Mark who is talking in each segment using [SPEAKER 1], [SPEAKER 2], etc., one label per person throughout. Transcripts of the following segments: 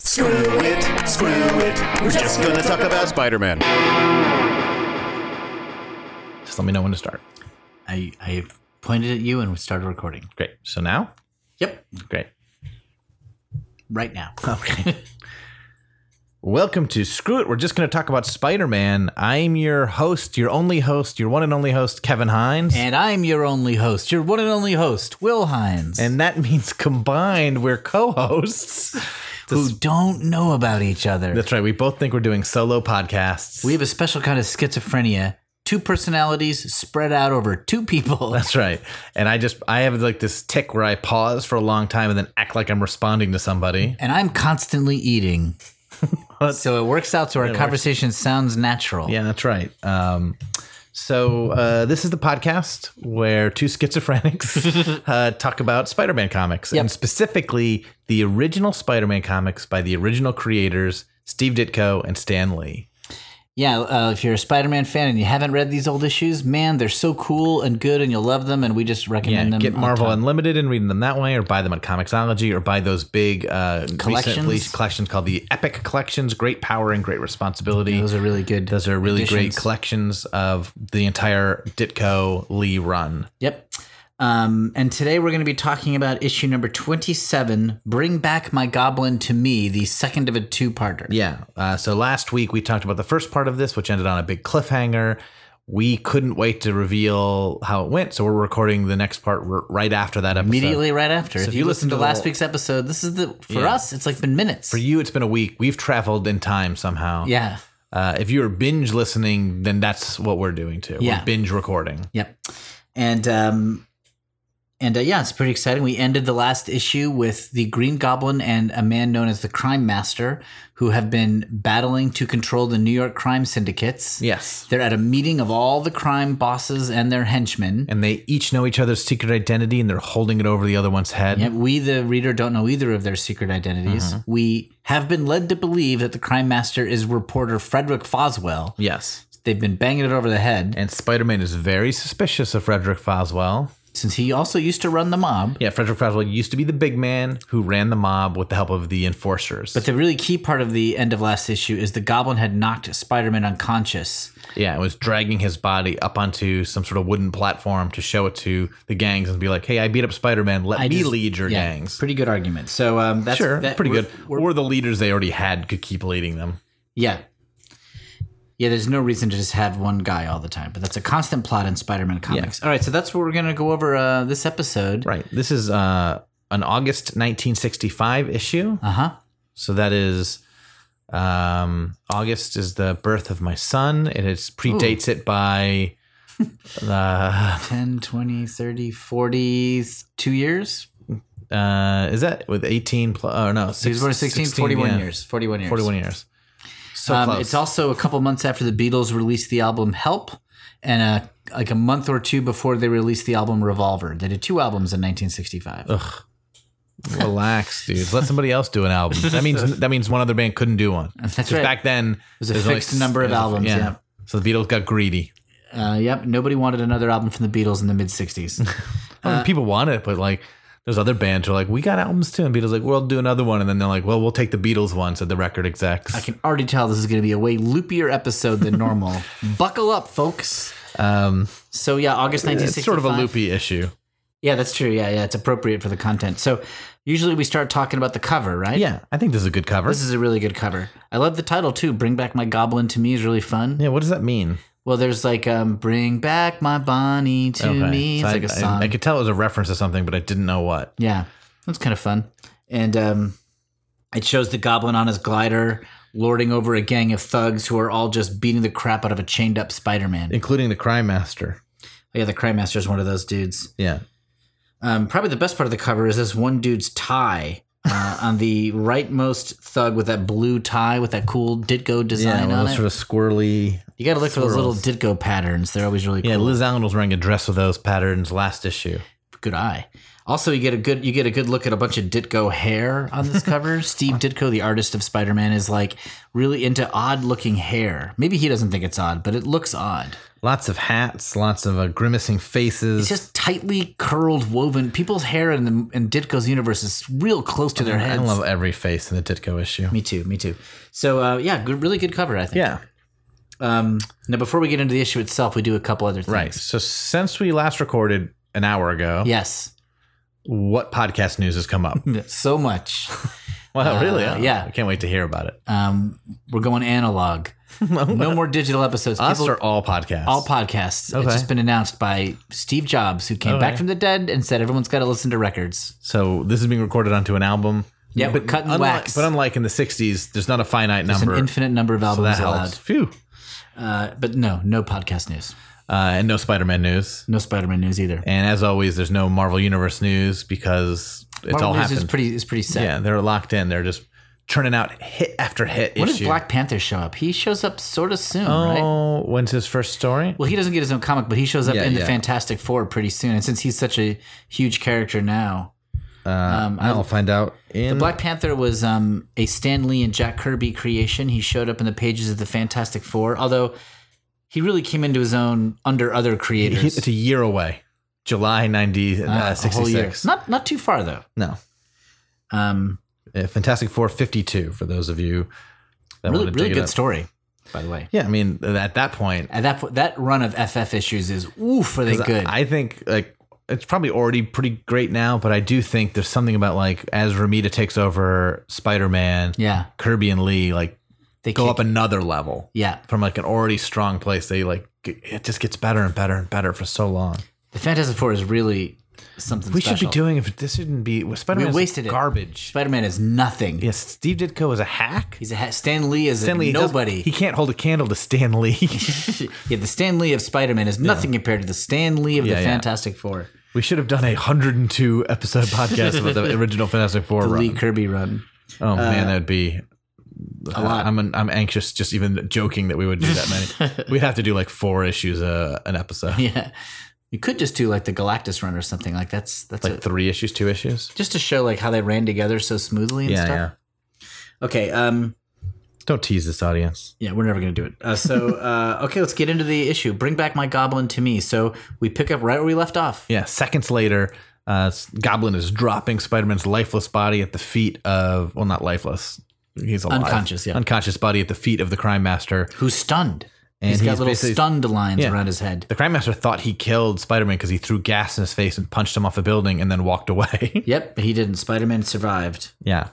[SPEAKER 1] Screw it, screw it. We're just gonna talk about
[SPEAKER 2] Spider Man.
[SPEAKER 3] Just let me know when to start.
[SPEAKER 4] I I pointed at you and we started recording.
[SPEAKER 3] Great. So now?
[SPEAKER 4] Yep,
[SPEAKER 3] Great.
[SPEAKER 4] right now.
[SPEAKER 3] Okay. Welcome to Screw It. We're just going to talk about Spider Man. I'm your host, your only host, your one and only host, Kevin Hines.
[SPEAKER 4] And I'm your only host, your one and only host, Will Hines,
[SPEAKER 3] And that means combined, we're co hosts.
[SPEAKER 4] who don't know about each other.
[SPEAKER 3] That's right. We both think we're doing solo podcasts.
[SPEAKER 4] we have a special kind of schizophrenia. Two personalities spread out over two people.
[SPEAKER 3] That's right. And I just, I have like this tick where I pause for a long time and then act like I'm responding to somebody.
[SPEAKER 4] And I'm constantly eating. so it works out so our conversation sounds natural.
[SPEAKER 3] Yeah, that's right. Um, so uh, this is the podcast where two schizophrenics uh, talk about Spider-Man comics, and specifically the original Spider-Man comics by the original creators Steve Ditko and Stan Lee.
[SPEAKER 4] Yeah, uh, if you're a Spider Man fan and you haven't read these old issues, man, they're so cool and good and you'll love them. And we just
[SPEAKER 3] Yeah,
[SPEAKER 4] recommend them.
[SPEAKER 3] get
[SPEAKER 4] on
[SPEAKER 3] Marvel
[SPEAKER 4] top.
[SPEAKER 3] Unlimited and reading them that way, or buy them on Comixology, or buy those big uh,
[SPEAKER 4] Collections?
[SPEAKER 3] recently collections called the Epic Collections. Great power and great responsibility.
[SPEAKER 4] Those are really good.
[SPEAKER 3] those are really great
[SPEAKER 4] additions.
[SPEAKER 3] collections of the entire Ditko Lee run.
[SPEAKER 4] Yep. Um, and today we're going to be talking about issue number 27 Bring Back My Goblin to Me, the second of a two parter.
[SPEAKER 3] Yeah. Uh, so last week we talked about the first part of this, which ended on a big cliffhanger. We couldn't wait to reveal how it went, so we're recording the next part r- right after that episode.
[SPEAKER 4] Immediately right after. if
[SPEAKER 3] if
[SPEAKER 4] you,
[SPEAKER 3] you listen
[SPEAKER 4] listen to
[SPEAKER 3] to the
[SPEAKER 4] last
[SPEAKER 3] whole-
[SPEAKER 4] week's episode, this is the, for
[SPEAKER 3] Yeah.
[SPEAKER 4] us, it's like been minutes.
[SPEAKER 3] For you, it's been a week. We've traveled in time somehow.
[SPEAKER 4] Yeah.
[SPEAKER 3] Uh, if you're binge listening, then that's what we're doing too.
[SPEAKER 4] Yeah.
[SPEAKER 3] We're binge recording.
[SPEAKER 4] Yep. And, um, and uh, yeah, it's pretty exciting. We ended the last issue with the Green Goblin and a man known as the Crime Master, who have been battling to control the New York crime syndicates.
[SPEAKER 3] Yes.
[SPEAKER 4] They're at a meeting of all the crime bosses and their henchmen.
[SPEAKER 3] And they each know each other's secret identity, and they're holding it over the other one's head.
[SPEAKER 4] Yeah, we, the reader, don't know either of their secret identities. We have been led to believe that the crime master is reporter Frederick Foswell.
[SPEAKER 3] Yes.
[SPEAKER 4] They've been banging it over the head
[SPEAKER 3] And Spider-Man is very suspicious of Frederick Foswell.
[SPEAKER 4] since he also used to run the mob.
[SPEAKER 3] Yeah, Frederick Fazbear used to be the big man who ran the mob with the help of the enforcers.
[SPEAKER 4] But the really key part of the end of last issue is the goblin had knocked Spider Man unconscious.
[SPEAKER 3] yeah, it was dragging his body up onto some sort of wooden platform to show it to the gangs and be like, "Hey, I beat up Spider-Man. Let
[SPEAKER 4] I
[SPEAKER 3] me
[SPEAKER 4] just-
[SPEAKER 3] lead your
[SPEAKER 4] yeah,
[SPEAKER 3] gangs."
[SPEAKER 4] Pretty good argument. So um, that's
[SPEAKER 3] sure,
[SPEAKER 4] that-
[SPEAKER 3] pretty
[SPEAKER 4] we're-
[SPEAKER 3] good.
[SPEAKER 4] we're-
[SPEAKER 3] or the leaders they already had could keep leading them.
[SPEAKER 4] yeah. Yeah, there's no reason to just have one guy all the time, but that's a constant plot in Spider Man comics. All right, so that's what we're going to go over uh, this episode.
[SPEAKER 3] Right. This is uh, an August 1965 issue,
[SPEAKER 4] Uh huh.
[SPEAKER 3] so that is um, August is the birth of my son. It is predates it by. Uh,
[SPEAKER 4] 10, 20, 30, 40, two years?
[SPEAKER 3] uh, is that with 18 plus? Oh no,
[SPEAKER 4] He was born in 16, 41
[SPEAKER 3] yeah.
[SPEAKER 4] years. 41 years.
[SPEAKER 3] 41 years. So
[SPEAKER 4] Um,
[SPEAKER 3] close.
[SPEAKER 4] It's also a couple months after the Beatles released the album Help and uh like a month or two before they released the album Revolver. They did two albums in 1965.
[SPEAKER 3] relax, dude. Let somebody else do an album. That means that means one other band couldn't do one.
[SPEAKER 4] That's
[SPEAKER 3] 'Cause
[SPEAKER 4] right.
[SPEAKER 3] Back then, it
[SPEAKER 4] was a fixed number of albums, yeah.
[SPEAKER 3] So the Beatles got greedy.
[SPEAKER 4] Uh, yep. Nobody wanted another album from the Beatles in the mid 60s.
[SPEAKER 3] I
[SPEAKER 4] Uh,
[SPEAKER 3] mean, people wanted it, but like there's other bands who are like, we got albums too, and Beatles like, we'll do another one, and then they're like, well, we'll take the Beatles one, said the record execs.
[SPEAKER 4] I can already tell this is going to be a way loopier episode than normal. Buckle up, folks.
[SPEAKER 3] Um,
[SPEAKER 4] So, yeah, August 1965.
[SPEAKER 3] it's sort of a loopy issue.
[SPEAKER 4] Yeah, that's true. Yeah, yeah. It's appropriate for the content. So, usually we start talking about the cover, right?
[SPEAKER 3] Yeah, I think this is a good cover.
[SPEAKER 4] This is a really good cover. I love the title too. Bring back my goblin to me is really fun.
[SPEAKER 3] yeah, what does that mean?
[SPEAKER 4] Well, there's like um, bring back my Bonnie to
[SPEAKER 3] Okay.
[SPEAKER 4] me. It's
[SPEAKER 3] So I-
[SPEAKER 4] like a song.
[SPEAKER 3] I, I could tell it was a reference to something, but I didn't know what.
[SPEAKER 4] yeah, that's kind of fun. And um, it shows the goblin on his glider lording over a gang of thugs who are all just beating the crap out of a chained up Spider-Man.
[SPEAKER 3] Including the Crime Master.
[SPEAKER 4] Oh, yeah, the Crime Master is one of those dudes.
[SPEAKER 3] Yeah.
[SPEAKER 4] Um, probably the best part of the cover is this one dude's tie. Uh, on the rightmost thug with that blue tie with that cool Ditko design
[SPEAKER 3] one of
[SPEAKER 4] on
[SPEAKER 3] those
[SPEAKER 4] it.
[SPEAKER 3] sort of squirrely
[SPEAKER 4] You got to look for those little Ditko patterns. They're always really cool.
[SPEAKER 3] Yeah, Liz Allen was wearing a dress with those patterns last issue.
[SPEAKER 4] Good eye. Also, you get a good you get a good look at a bunch of Ditko hair on this cover. Steve Ditko, the artist of Spider Man, is like really into odd looking hair. Maybe he doesn't think it's odd, but it looks odd.
[SPEAKER 3] Lots of hats, lots of uh, grimacing faces.
[SPEAKER 4] It's just tightly curled, woven. People's hair in the in Ditko's universe is real close to their
[SPEAKER 3] I
[SPEAKER 4] heads.
[SPEAKER 3] love every face in the Ditko issue.
[SPEAKER 4] Me too. Me too. So uh, yeah, good, really good cover. I think.
[SPEAKER 3] Yeah.
[SPEAKER 4] Um, now, before we get into the issue itself, we do a couple other things.
[SPEAKER 3] Right. So since we last recorded an hour ago,
[SPEAKER 4] Yes.
[SPEAKER 3] what podcast news has come up?
[SPEAKER 4] So much.
[SPEAKER 3] Wow,
[SPEAKER 4] Uh,
[SPEAKER 3] really?
[SPEAKER 4] yeah.
[SPEAKER 3] I can't wait to hear about it.
[SPEAKER 4] Um, we're going analog. No more digital episodes.
[SPEAKER 3] Us
[SPEAKER 4] People-
[SPEAKER 3] or all podcasts?
[SPEAKER 4] all podcasts.
[SPEAKER 3] Okay.
[SPEAKER 4] It's just been announced by Steve Jobs, who came
[SPEAKER 3] Okay.
[SPEAKER 4] back from the dead and said everyone's got to listen to records.
[SPEAKER 3] so this is being recorded onto an album.
[SPEAKER 4] Yeah, but cut and
[SPEAKER 3] unlike,
[SPEAKER 4] wax.
[SPEAKER 3] But unlike in the '60s, there's not a finite
[SPEAKER 4] There's
[SPEAKER 3] number.
[SPEAKER 4] an infinite number of
[SPEAKER 3] so
[SPEAKER 4] albums
[SPEAKER 3] that helps.
[SPEAKER 4] allowed.
[SPEAKER 3] Phew.
[SPEAKER 4] Uh, but no, no podcast news.
[SPEAKER 3] Uh, and no Spider-Man news.
[SPEAKER 4] No Spider-Man news either.
[SPEAKER 3] And as always, there's no Marvel Universe news because it's
[SPEAKER 4] Marvel
[SPEAKER 3] all
[SPEAKER 4] news
[SPEAKER 3] happened.
[SPEAKER 4] is pretty is pretty sad.
[SPEAKER 3] yeah, they're locked in. They're just churning out hit after hit.
[SPEAKER 4] When does
[SPEAKER 3] issue.
[SPEAKER 4] Black Panther show up? He shows up sort of soon, right?
[SPEAKER 3] Oh, when's his first story?
[SPEAKER 4] Well, he doesn't get his own comic, but he shows up
[SPEAKER 3] Yeah,
[SPEAKER 4] in the
[SPEAKER 3] yeah.
[SPEAKER 4] Fantastic Four pretty soon. And since he's such a huge character now,
[SPEAKER 3] um, I'll find out. In
[SPEAKER 4] The Black Panther was um, a Stan Lee and Jack Kirby creation. He showed up in the pages of the Fantastic Four, although he really came into his own under other creators.
[SPEAKER 3] He- It's a year away. July 90, uh,
[SPEAKER 4] Uh, a whole year.
[SPEAKER 3] 66.
[SPEAKER 4] Not not too far though.
[SPEAKER 3] no.
[SPEAKER 4] Um,
[SPEAKER 3] Uh, Fantastic Four 52 for those of you that
[SPEAKER 4] really
[SPEAKER 3] want to
[SPEAKER 4] really
[SPEAKER 3] dig
[SPEAKER 4] good
[SPEAKER 3] it up.
[SPEAKER 4] story, by the way.
[SPEAKER 3] Yeah, I mean, at that point,
[SPEAKER 4] At that po- that run of FF issues is oof, are they good?
[SPEAKER 3] I think like it's probably already pretty great now, but I do think there's something about like as Ramita takes over Spider-Man,
[SPEAKER 4] yeah,
[SPEAKER 3] Kirby and Lee like
[SPEAKER 4] they
[SPEAKER 3] go
[SPEAKER 4] kick-
[SPEAKER 3] up another level
[SPEAKER 4] Yeah,
[SPEAKER 3] from like an already strong place. They like g- it just gets better and better and better for so long.
[SPEAKER 4] the Fantastic Four is really something.
[SPEAKER 3] We should be doing if this shouldn't be Spider-Man
[SPEAKER 4] wasted it.
[SPEAKER 3] garbage.
[SPEAKER 4] Spider Man is nothing.
[SPEAKER 3] Yes, Steve Ditko is a hack.
[SPEAKER 4] He's a ha- Stan Lee is
[SPEAKER 3] Stan Lee
[SPEAKER 4] a
[SPEAKER 3] doesn't-
[SPEAKER 4] nobody.
[SPEAKER 3] He can't hold a candle to Stan Lee.
[SPEAKER 4] yeah, the Stan Lee of Spider Man is nothing compared to the Stan Lee of
[SPEAKER 3] Yeah,
[SPEAKER 4] the
[SPEAKER 3] yeah.
[SPEAKER 4] Fantastic Four,
[SPEAKER 3] we should have done a 102 episode podcast about the original Fantastic Four
[SPEAKER 4] the
[SPEAKER 3] run.
[SPEAKER 4] Lee Kirby run.
[SPEAKER 3] Oh man, that would be a
[SPEAKER 4] lot.
[SPEAKER 3] I'm I'm anxious just even joking that we would do that many. We'd have to do like four issues a an episode,
[SPEAKER 4] Yeah, you could just do like the Galactus run or something like that's that's
[SPEAKER 3] like
[SPEAKER 4] a,
[SPEAKER 3] three issues, two issues.
[SPEAKER 4] just to show like how they ran together so smoothly and stuff. Okay. Um.
[SPEAKER 3] Don't tease this audience.
[SPEAKER 4] Yeah, we're never gonna do it. Uh, so uh, okay, let's get into the issue. Bring back my goblin to me. So we pick up right where we left off.
[SPEAKER 3] Yeah. Seconds later, uh, S- Goblin is dropping Spider Man's lifeless body at the feet of well, not lifeless. He's alive.
[SPEAKER 4] Unconscious, yeah.
[SPEAKER 3] Unconscious body at the feet of the crime master.
[SPEAKER 4] Who's stunned?
[SPEAKER 3] And
[SPEAKER 4] he's got
[SPEAKER 3] he's
[SPEAKER 4] little
[SPEAKER 3] basically-
[SPEAKER 4] stunned lines
[SPEAKER 3] Yeah.
[SPEAKER 4] around his head.
[SPEAKER 3] The crime master thought he killed Spider Man because he threw gas in his face and punched him off a building and then walked away.
[SPEAKER 4] Yep, but he didn't. Spider Man survived.
[SPEAKER 3] yeah.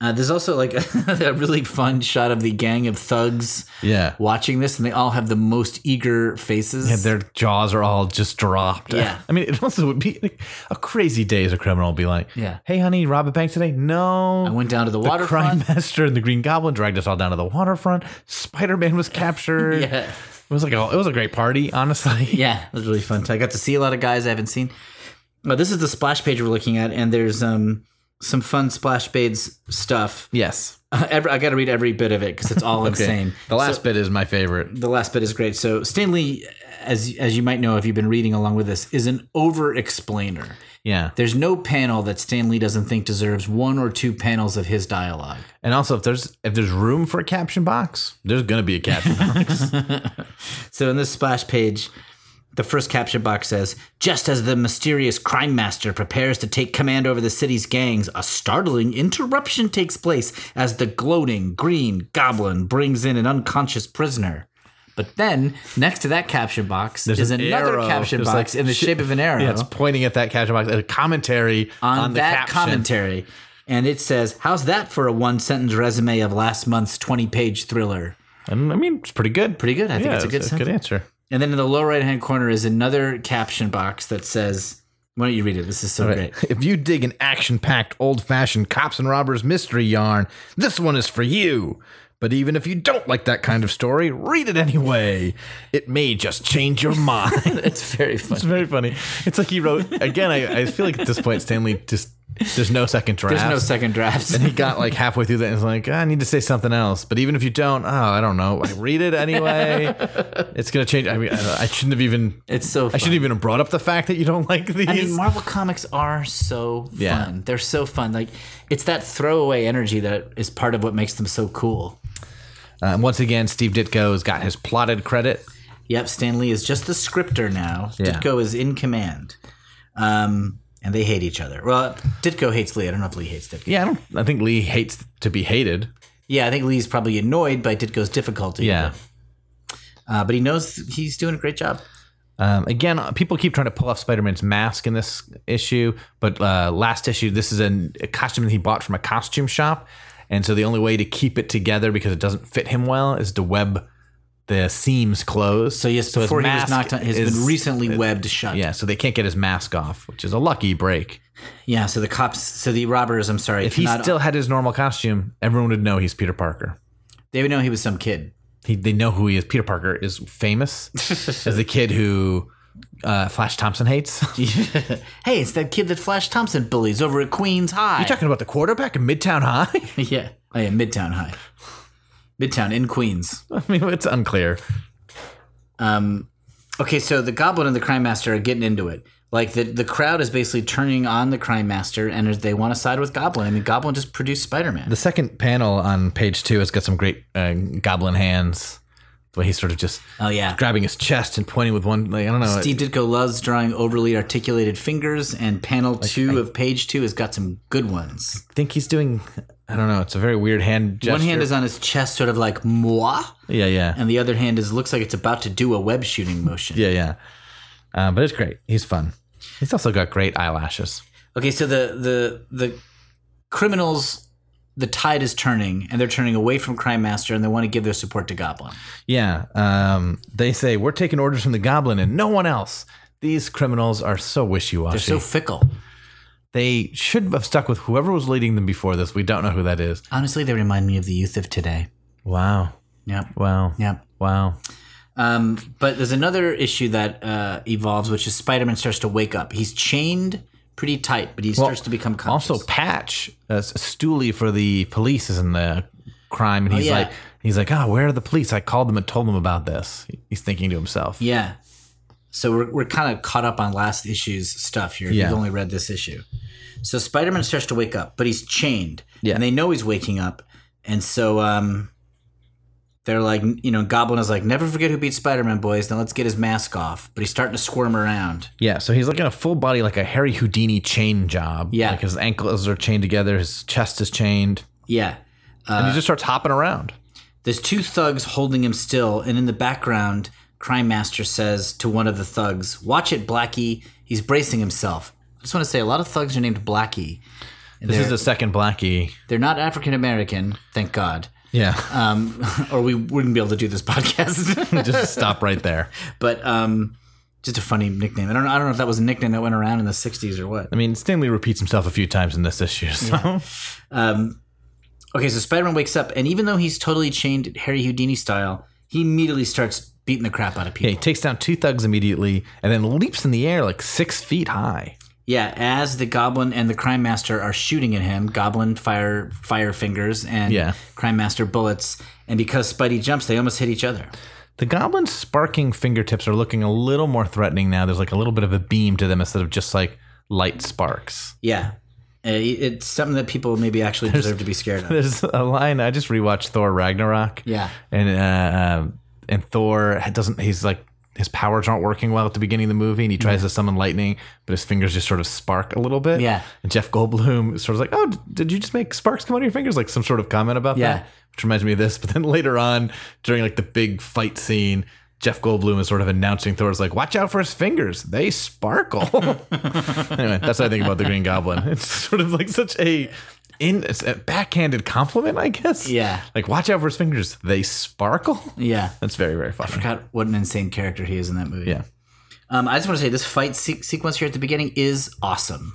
[SPEAKER 4] Uh, there's also like a, really fun shot of the gang of thugs
[SPEAKER 3] Yeah.
[SPEAKER 4] watching this, and they all have the most eager faces.
[SPEAKER 3] Yeah, their jaws are all just dropped.
[SPEAKER 4] Yeah.
[SPEAKER 3] I mean, it also would be like, a crazy day as a criminal would be like,
[SPEAKER 4] Yeah.
[SPEAKER 3] hey, honey, rob a bank today? No.
[SPEAKER 4] I went down to the,
[SPEAKER 3] the crime
[SPEAKER 4] waterfront.
[SPEAKER 3] master and the Green Goblin dragged us all down to the waterfront. Spider Man was captured.
[SPEAKER 4] Yeah,
[SPEAKER 3] It was like a, it was a great party, honestly.
[SPEAKER 4] yeah, it was really fun. I got to see a lot of guys I haven't seen. But this is the splash page we're looking at, and there's um some fun splash page stuff.
[SPEAKER 3] Yes.
[SPEAKER 4] every, I got to read every bit of it because it's all
[SPEAKER 3] Okay.
[SPEAKER 4] insane.
[SPEAKER 3] The last
[SPEAKER 4] Uh, So-
[SPEAKER 3] bit is my favorite.
[SPEAKER 4] the last bit is great. So Stanley, as as you might know if you've been reading along with this, is an over explainer.
[SPEAKER 3] Yeah.
[SPEAKER 4] There's no panel that Stan Lee doesn't think deserves one or two panels of his dialogue.
[SPEAKER 3] And also if there's if there's room for a caption box, there's gonna be a caption box.
[SPEAKER 4] So in this splash page, the first caption box says, "Just as the mysterious crime master prepares to take command over the city's gangs, a startling interruption takes place as the gloating green goblin brings in an unconscious prisoner." But then, next to that caption box
[SPEAKER 3] There's
[SPEAKER 4] is
[SPEAKER 3] an
[SPEAKER 4] another
[SPEAKER 3] arrow.
[SPEAKER 4] caption
[SPEAKER 3] There's
[SPEAKER 4] box
[SPEAKER 3] like
[SPEAKER 4] in the
[SPEAKER 3] shit-
[SPEAKER 4] shape of an arrow.
[SPEAKER 3] yeah, it's pointing at that caption box and a commentary on,
[SPEAKER 4] on,
[SPEAKER 3] the
[SPEAKER 4] that
[SPEAKER 3] caption.
[SPEAKER 4] commentary. And it says, How's that for a one sentence resume of last month's 20 page thriller?
[SPEAKER 3] And I mean it's pretty good.
[SPEAKER 4] Pretty good. I think
[SPEAKER 3] yeah,
[SPEAKER 4] it's a good
[SPEAKER 3] it's
[SPEAKER 4] sentence.
[SPEAKER 3] answer.
[SPEAKER 4] And then in the lower right hand corner is another caption box that says, Why don't you read it? This is so
[SPEAKER 3] Right.
[SPEAKER 4] great.
[SPEAKER 3] If you dig an action packed, old fashioned cops and robbers mystery yarn, this one is for you. But even if you don't like that kind of story, read it anyway. It may just change your mind.
[SPEAKER 4] It's very
[SPEAKER 3] it's
[SPEAKER 4] funny.
[SPEAKER 3] very funny. It's like he wrote, again, I, I feel like at this point, Stanley just There's no second draft.
[SPEAKER 4] There's no second draft.
[SPEAKER 3] and he got like halfway through that and was like, "Ah, I need to say something else. But even if you don't, oh, I don't know. I read it anyway. it's gonna change. I mean, I, I shouldn't have even.
[SPEAKER 4] It's so.
[SPEAKER 3] I
[SPEAKER 4] Fun.
[SPEAKER 3] shouldn't even have brought up the fact that you don't like these.
[SPEAKER 4] I mean, Marvel comics are so fun.
[SPEAKER 3] Yeah.
[SPEAKER 4] They're so fun. Like it's that throwaway energy that is part of what makes them so cool.
[SPEAKER 3] Uh, once again, Steve Ditko's got his plotted credit.
[SPEAKER 4] Yep, Stan Lee is just the scripter now.
[SPEAKER 3] Yeah.
[SPEAKER 4] Ditko is in command. Um, and they hate each other. Well, Ditko hates Lee. I don't know if Lee hates Ditko.
[SPEAKER 3] Yeah, I, don't, I think Lee hates to be hated.
[SPEAKER 4] Yeah, I think Lee's probably annoyed by Ditko's difficulty.
[SPEAKER 3] Yeah.
[SPEAKER 4] Uh, but he knows he's doing a great job.
[SPEAKER 3] Um, again, uh, people keep trying to pull off Spider Man's mask in this issue, but uh, last issue, this is an, a costume that he bought from a costume shop. And so the only way to keep it together because it doesn't fit him well is to web the seams closed.
[SPEAKER 4] So yes, before he was knocked on, has
[SPEAKER 3] is-
[SPEAKER 4] been recently webbed shut.
[SPEAKER 3] Yeah, so they can't get his mask off, which is a lucky break.
[SPEAKER 4] Yeah, So the cops, so the robbers, I'm sorry,
[SPEAKER 3] If he
[SPEAKER 4] cannot-
[SPEAKER 3] still had his normal costume, everyone would know he's Peter Parker.
[SPEAKER 4] they would know he was some kid.
[SPEAKER 3] He, they know who he is. Peter Parker is famous as the kid who uh, Flash Thompson hates. you
[SPEAKER 4] hey, it's that kid that Flash Thompson bullies over at Queens High.
[SPEAKER 3] talking about the quarterback in Midtown High?
[SPEAKER 4] yeah. Oh yeah, Midtown High. Midtown in Queens.
[SPEAKER 3] I mean, it's unclear.
[SPEAKER 4] Um, okay, so the Goblin and the Crime Master are getting into it. Like the the crowd is basically turning on the Crime Master, and they want to side with Goblin. I mean, Goblin just produced Spider Man.
[SPEAKER 3] The second panel on page two has got some great uh, goblin hands. The way he's sort of just uh,
[SPEAKER 4] Oh yeah.
[SPEAKER 3] grabbing his chest and pointing with one, like, I don't know.
[SPEAKER 4] Steve Ditko loves drawing overly articulated fingers, and panel two of page two has got some good ones.
[SPEAKER 3] I think he's doing, I don't know. It's a very weird hand gesture.
[SPEAKER 4] One hand is on his chest, sort of like moi,
[SPEAKER 3] Yeah, yeah.
[SPEAKER 4] and the other hand is looks like it's about to do a web shooting motion.
[SPEAKER 3] yeah, yeah. Uh, but it's great. He's fun. He's also got great eyelashes.
[SPEAKER 4] Okay, so the the the criminals, the tide is turning, and they're turning away from Crime Master, and they want to give their support to Goblin.
[SPEAKER 3] Yeah. Um, they say, we're taking orders from the goblin and no one else. These criminals are so wishy washy.
[SPEAKER 4] They're so fickle.
[SPEAKER 3] they should have stuck with whoever was leading them before this. We don't know who that is.
[SPEAKER 4] Honestly, they remind me of the youth of today.
[SPEAKER 3] Wow.
[SPEAKER 4] Yep.
[SPEAKER 3] Wow.
[SPEAKER 4] Yep.
[SPEAKER 3] Wow.
[SPEAKER 4] Um, but there's another issue that uh, evolves, which is Spider-Man starts to wake up. He's chained pretty tight, but he starts to become conscious.
[SPEAKER 3] Also, Patch, uh, Stooley for the police, is in the crime, and he's
[SPEAKER 4] Oh, yeah.
[SPEAKER 3] like, he's like, ah, where are the police? I called them and told them about this. He's thinking to himself.
[SPEAKER 4] yeah. So we're, we're kind of caught up on last issue's stuff here. if
[SPEAKER 3] Yeah.
[SPEAKER 4] You've only read this issue. So Spider-Man starts to wake up, but he's chained.
[SPEAKER 3] Yeah.
[SPEAKER 4] And they know he's waking up. And so um, they're like, you know, Goblin is like, never forget who beat Spider-Man, boys. Now let's get his mask off. But he's starting to squirm around.
[SPEAKER 3] Yeah, so he's like in a full body, like a Harry Houdini chain job.
[SPEAKER 4] Yeah.
[SPEAKER 3] like his ankles are chained together, his chest is chained,
[SPEAKER 4] Yeah.
[SPEAKER 3] and he
[SPEAKER 4] Uh,
[SPEAKER 3] just starts hopping around.
[SPEAKER 4] There's two thugs holding him still, and in the background, Crime Master says to one of the thugs, Watch it, Blackie. He's bracing himself. I just want to say a lot of thugs are named Blackie. And
[SPEAKER 3] This
[SPEAKER 4] they're,
[SPEAKER 3] is the second Blackie.
[SPEAKER 4] they're not African American, thank God.
[SPEAKER 3] Yeah,
[SPEAKER 4] Um, or we wouldn't be able to do this podcast.
[SPEAKER 3] just stop right there.
[SPEAKER 4] but um, just a funny nickname. I don't, know, I don't know if that was a nickname that went around in the 60s or what.
[SPEAKER 3] I mean, Stanley repeats himself a few times in this issue. So
[SPEAKER 4] Um, okay, so Spider Man wakes up, and even though he's totally chained Harry Houdini style, he immediately starts beating the crap out of people.
[SPEAKER 3] yeah, he takes down two thugs immediately, and then leaps in the air like six feet high.
[SPEAKER 4] Yeah, as the Goblin and the Crime Master are shooting at him, Goblin fire fire fingers and
[SPEAKER 3] Yeah.
[SPEAKER 4] Crime Master bullets, and because Spidey jumps, they almost hit each other.
[SPEAKER 3] The goblin's sparking fingertips are looking a little more threatening now. There's like a little bit of a beam to them instead of just like light sparks.
[SPEAKER 4] Yeah, Uh, it- it's something that people maybe actually deserve to be scared of.
[SPEAKER 3] There's a line I just rewatched Thor Ragnarok.
[SPEAKER 4] Yeah.
[SPEAKER 3] and uh, um, and Thor doesn't. He's like his powers aren't working well at the beginning of the movie, and he tries to summon lightning, but his fingers just sort of spark a little bit.
[SPEAKER 4] Yeah.
[SPEAKER 3] And Jeff Goldblum is sort of like, "Oh, d- did you just make sparks come out of your fingers?" Like some sort of comment about
[SPEAKER 4] Yeah.
[SPEAKER 3] that, which reminds me of this. But then later on, during like the big fight scene. Jeff Goldblum is sort of announcing Thor's like, "Watch out for his fingers; they sparkle." anyway, that's what I think about the Green Goblin. It's sort of like such a in it's a backhanded compliment, I guess.
[SPEAKER 4] Yeah.
[SPEAKER 3] Like, watch out for his fingers; they sparkle.
[SPEAKER 4] Yeah,
[SPEAKER 3] That's very, very funny.
[SPEAKER 4] God, what an insane character he is in that movie.
[SPEAKER 3] Yeah.
[SPEAKER 4] Um, I just want to say this fight se- sequence here at the beginning is awesome.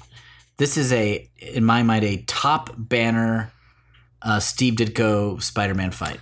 [SPEAKER 4] This is a, in my mind, a top banner uh, Steve Ditko Spider Man fight.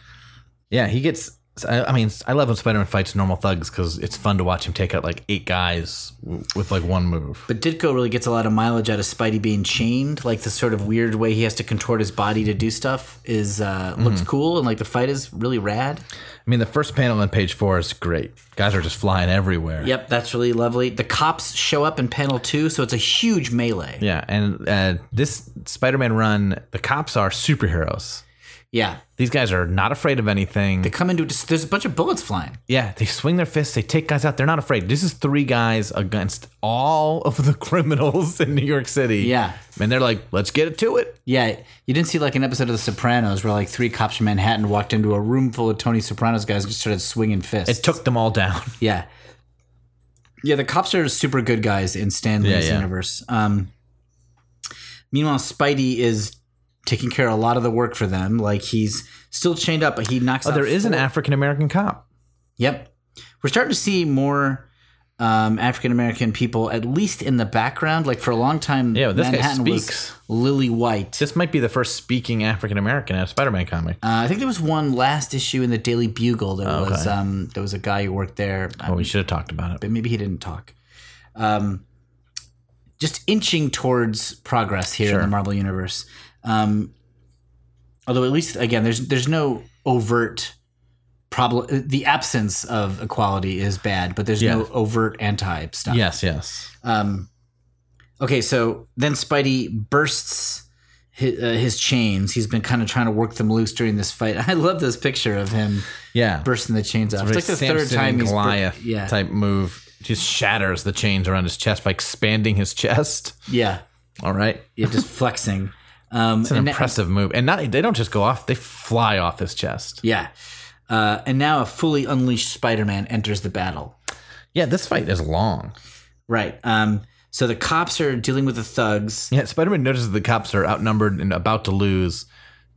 [SPEAKER 3] Yeah, he gets I, I mean, I love when Spider Man fights normal thugs because it's fun to watch him take out like eight guys w- with like one move.
[SPEAKER 4] But Ditko really gets a lot of mileage out of Spidey being chained. Like the sort of weird way he has to contort his body to do stuff is uh,
[SPEAKER 3] Mhm.
[SPEAKER 4] looks cool, and like the fight is really rad.
[SPEAKER 3] I mean, the first panel on page four is great. Guys are just flying everywhere.
[SPEAKER 4] Yep, that's really lovely. The cops show up in panel two, so it's a huge melee.
[SPEAKER 3] Yeah, and uh, this Spider Man run, the cops are superheroes.
[SPEAKER 4] Yeah,
[SPEAKER 3] These guys are not afraid of anything.
[SPEAKER 4] they come into just there's a bunch of bullets flying.
[SPEAKER 3] yeah, they swing their fists, they take guys out. They're not afraid. This is three guys against all of the criminals in New York City.
[SPEAKER 4] Yeah.
[SPEAKER 3] And they're like, let's get it to it.
[SPEAKER 4] Yeah, you didn't see like an episode of The Sopranos where like three cops from Manhattan walked into a room full of Tony Soprano's guys and just started swinging fists.
[SPEAKER 3] It took them all down.
[SPEAKER 4] Yeah. Yeah, the cops are super good guys in Stan Lee's
[SPEAKER 3] Yeah, yeah.
[SPEAKER 4] universe. Um, meanwhile, Spidey is taking care of a lot of the work for them. Like he's still chained up, but he knocks.
[SPEAKER 3] Oh,
[SPEAKER 4] out
[SPEAKER 3] there is an
[SPEAKER 4] four-
[SPEAKER 3] African American cop.
[SPEAKER 4] Yep, we're starting to see more um, African American people, at least in the background. Like for a long time,
[SPEAKER 3] Yeah, this guy
[SPEAKER 4] Manhattan
[SPEAKER 3] speaks.
[SPEAKER 4] was lily white.
[SPEAKER 3] This might be the first speaking African American at a Spider Man comic.
[SPEAKER 4] Uh, I think there was one last issue in the Daily Bugle. There
[SPEAKER 3] Oh, Okay.
[SPEAKER 4] was um, there was a guy who worked there.
[SPEAKER 3] Oh, we should have talked about it.
[SPEAKER 4] but maybe he didn't talk. Um, just inching towards progress here in the Marvel universe. Um, although at least again, there's there's no overt problem. The absence of equality is bad, but there's no
[SPEAKER 3] Yeah.
[SPEAKER 4] overt anti stuff.
[SPEAKER 3] Yes, yes.
[SPEAKER 4] Um, okay, so then Spidey bursts his, uh, his chains. He's been kind of trying to work them loose during this fight. I love this picture of him
[SPEAKER 3] Yeah.
[SPEAKER 4] bursting the chains off. It's
[SPEAKER 3] Very
[SPEAKER 4] like the third
[SPEAKER 3] Samson
[SPEAKER 4] time
[SPEAKER 3] and
[SPEAKER 4] he's bur-
[SPEAKER 3] Goliath
[SPEAKER 4] yeah,
[SPEAKER 3] type move. Just shatters the chains around his chest by expanding his chest.
[SPEAKER 4] yeah.
[SPEAKER 3] All right.
[SPEAKER 4] Yeah, just flexing. Um,
[SPEAKER 3] It's an
[SPEAKER 4] and na-
[SPEAKER 3] impressive move. And not they don't just go off, they fly off his chest.
[SPEAKER 4] yeah. Uh, and now a fully unleashed Spider Man enters the battle.
[SPEAKER 3] Yeah, this fight is long.
[SPEAKER 4] Right. Um, so the cops are dealing with the thugs.
[SPEAKER 3] Yeah, Spider Man notices the cops are outnumbered and about to lose.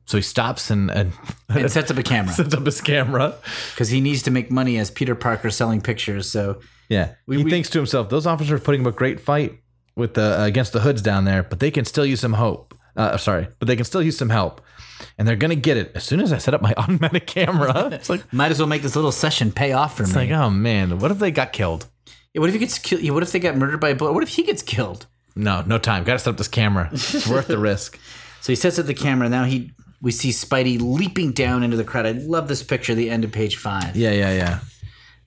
[SPEAKER 3] So he stops and, and
[SPEAKER 4] and sets up a camera
[SPEAKER 3] sets up his camera.
[SPEAKER 4] because he needs to make money as Peter Parker selling pictures. So
[SPEAKER 3] Yeah. he
[SPEAKER 4] we-
[SPEAKER 3] thinks to himself, those officers are putting up a great fight with the uh, against the hoods down there, but they can still use some hope. Uh, sorry, but they can still use some help. And they're gonna get it as soon as I set up my automatic camera. It's like
[SPEAKER 4] might as well make this little session pay off for me.
[SPEAKER 3] it's like, oh man, what if they got killed?
[SPEAKER 4] Yeah, what if he gets killed? What if they got murdered by a bullet? What if he gets killed?
[SPEAKER 3] No, no time. Gotta set up this camera. It's worth the risk.
[SPEAKER 4] So he sets up the camera. Now he we see Spidey leaping down into the crowd. I love this picture. The end of page five.
[SPEAKER 3] Yeah, yeah, yeah.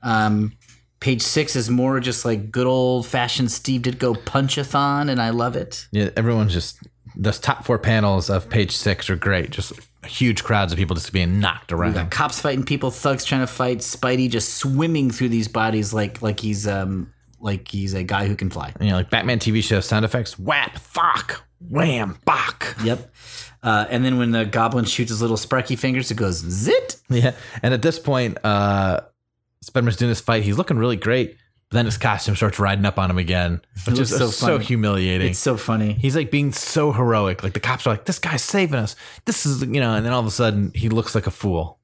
[SPEAKER 4] Um, page six is more just like good old fashioned Steve Ditko punch-a-thon, and I love it.
[SPEAKER 3] Yeah, everyone's just those top four panels of page six are great. Just huge crowds of people just being knocked around.
[SPEAKER 4] Got cops fighting people, thugs trying to fight, Spidey just swimming through these bodies like like he's um like he's a guy who can fly.
[SPEAKER 3] You know, like Batman TV show sound effects. Whap, fuck, wham, bok.
[SPEAKER 4] Yep. Uh, and then when the goblin shoots his little sparky fingers, it goes zit.
[SPEAKER 3] Yeah. And at this point, uh Spider-Man's doing this fight. He's looking really great. But then his costume starts riding up on him again, which is
[SPEAKER 4] looks so
[SPEAKER 3] so,
[SPEAKER 4] funny.
[SPEAKER 3] humiliating.
[SPEAKER 4] It's so funny.
[SPEAKER 3] He's like being so heroic. Like the cops are like, this guy's saving us. This is, you know, and then all of a sudden he looks like a fool.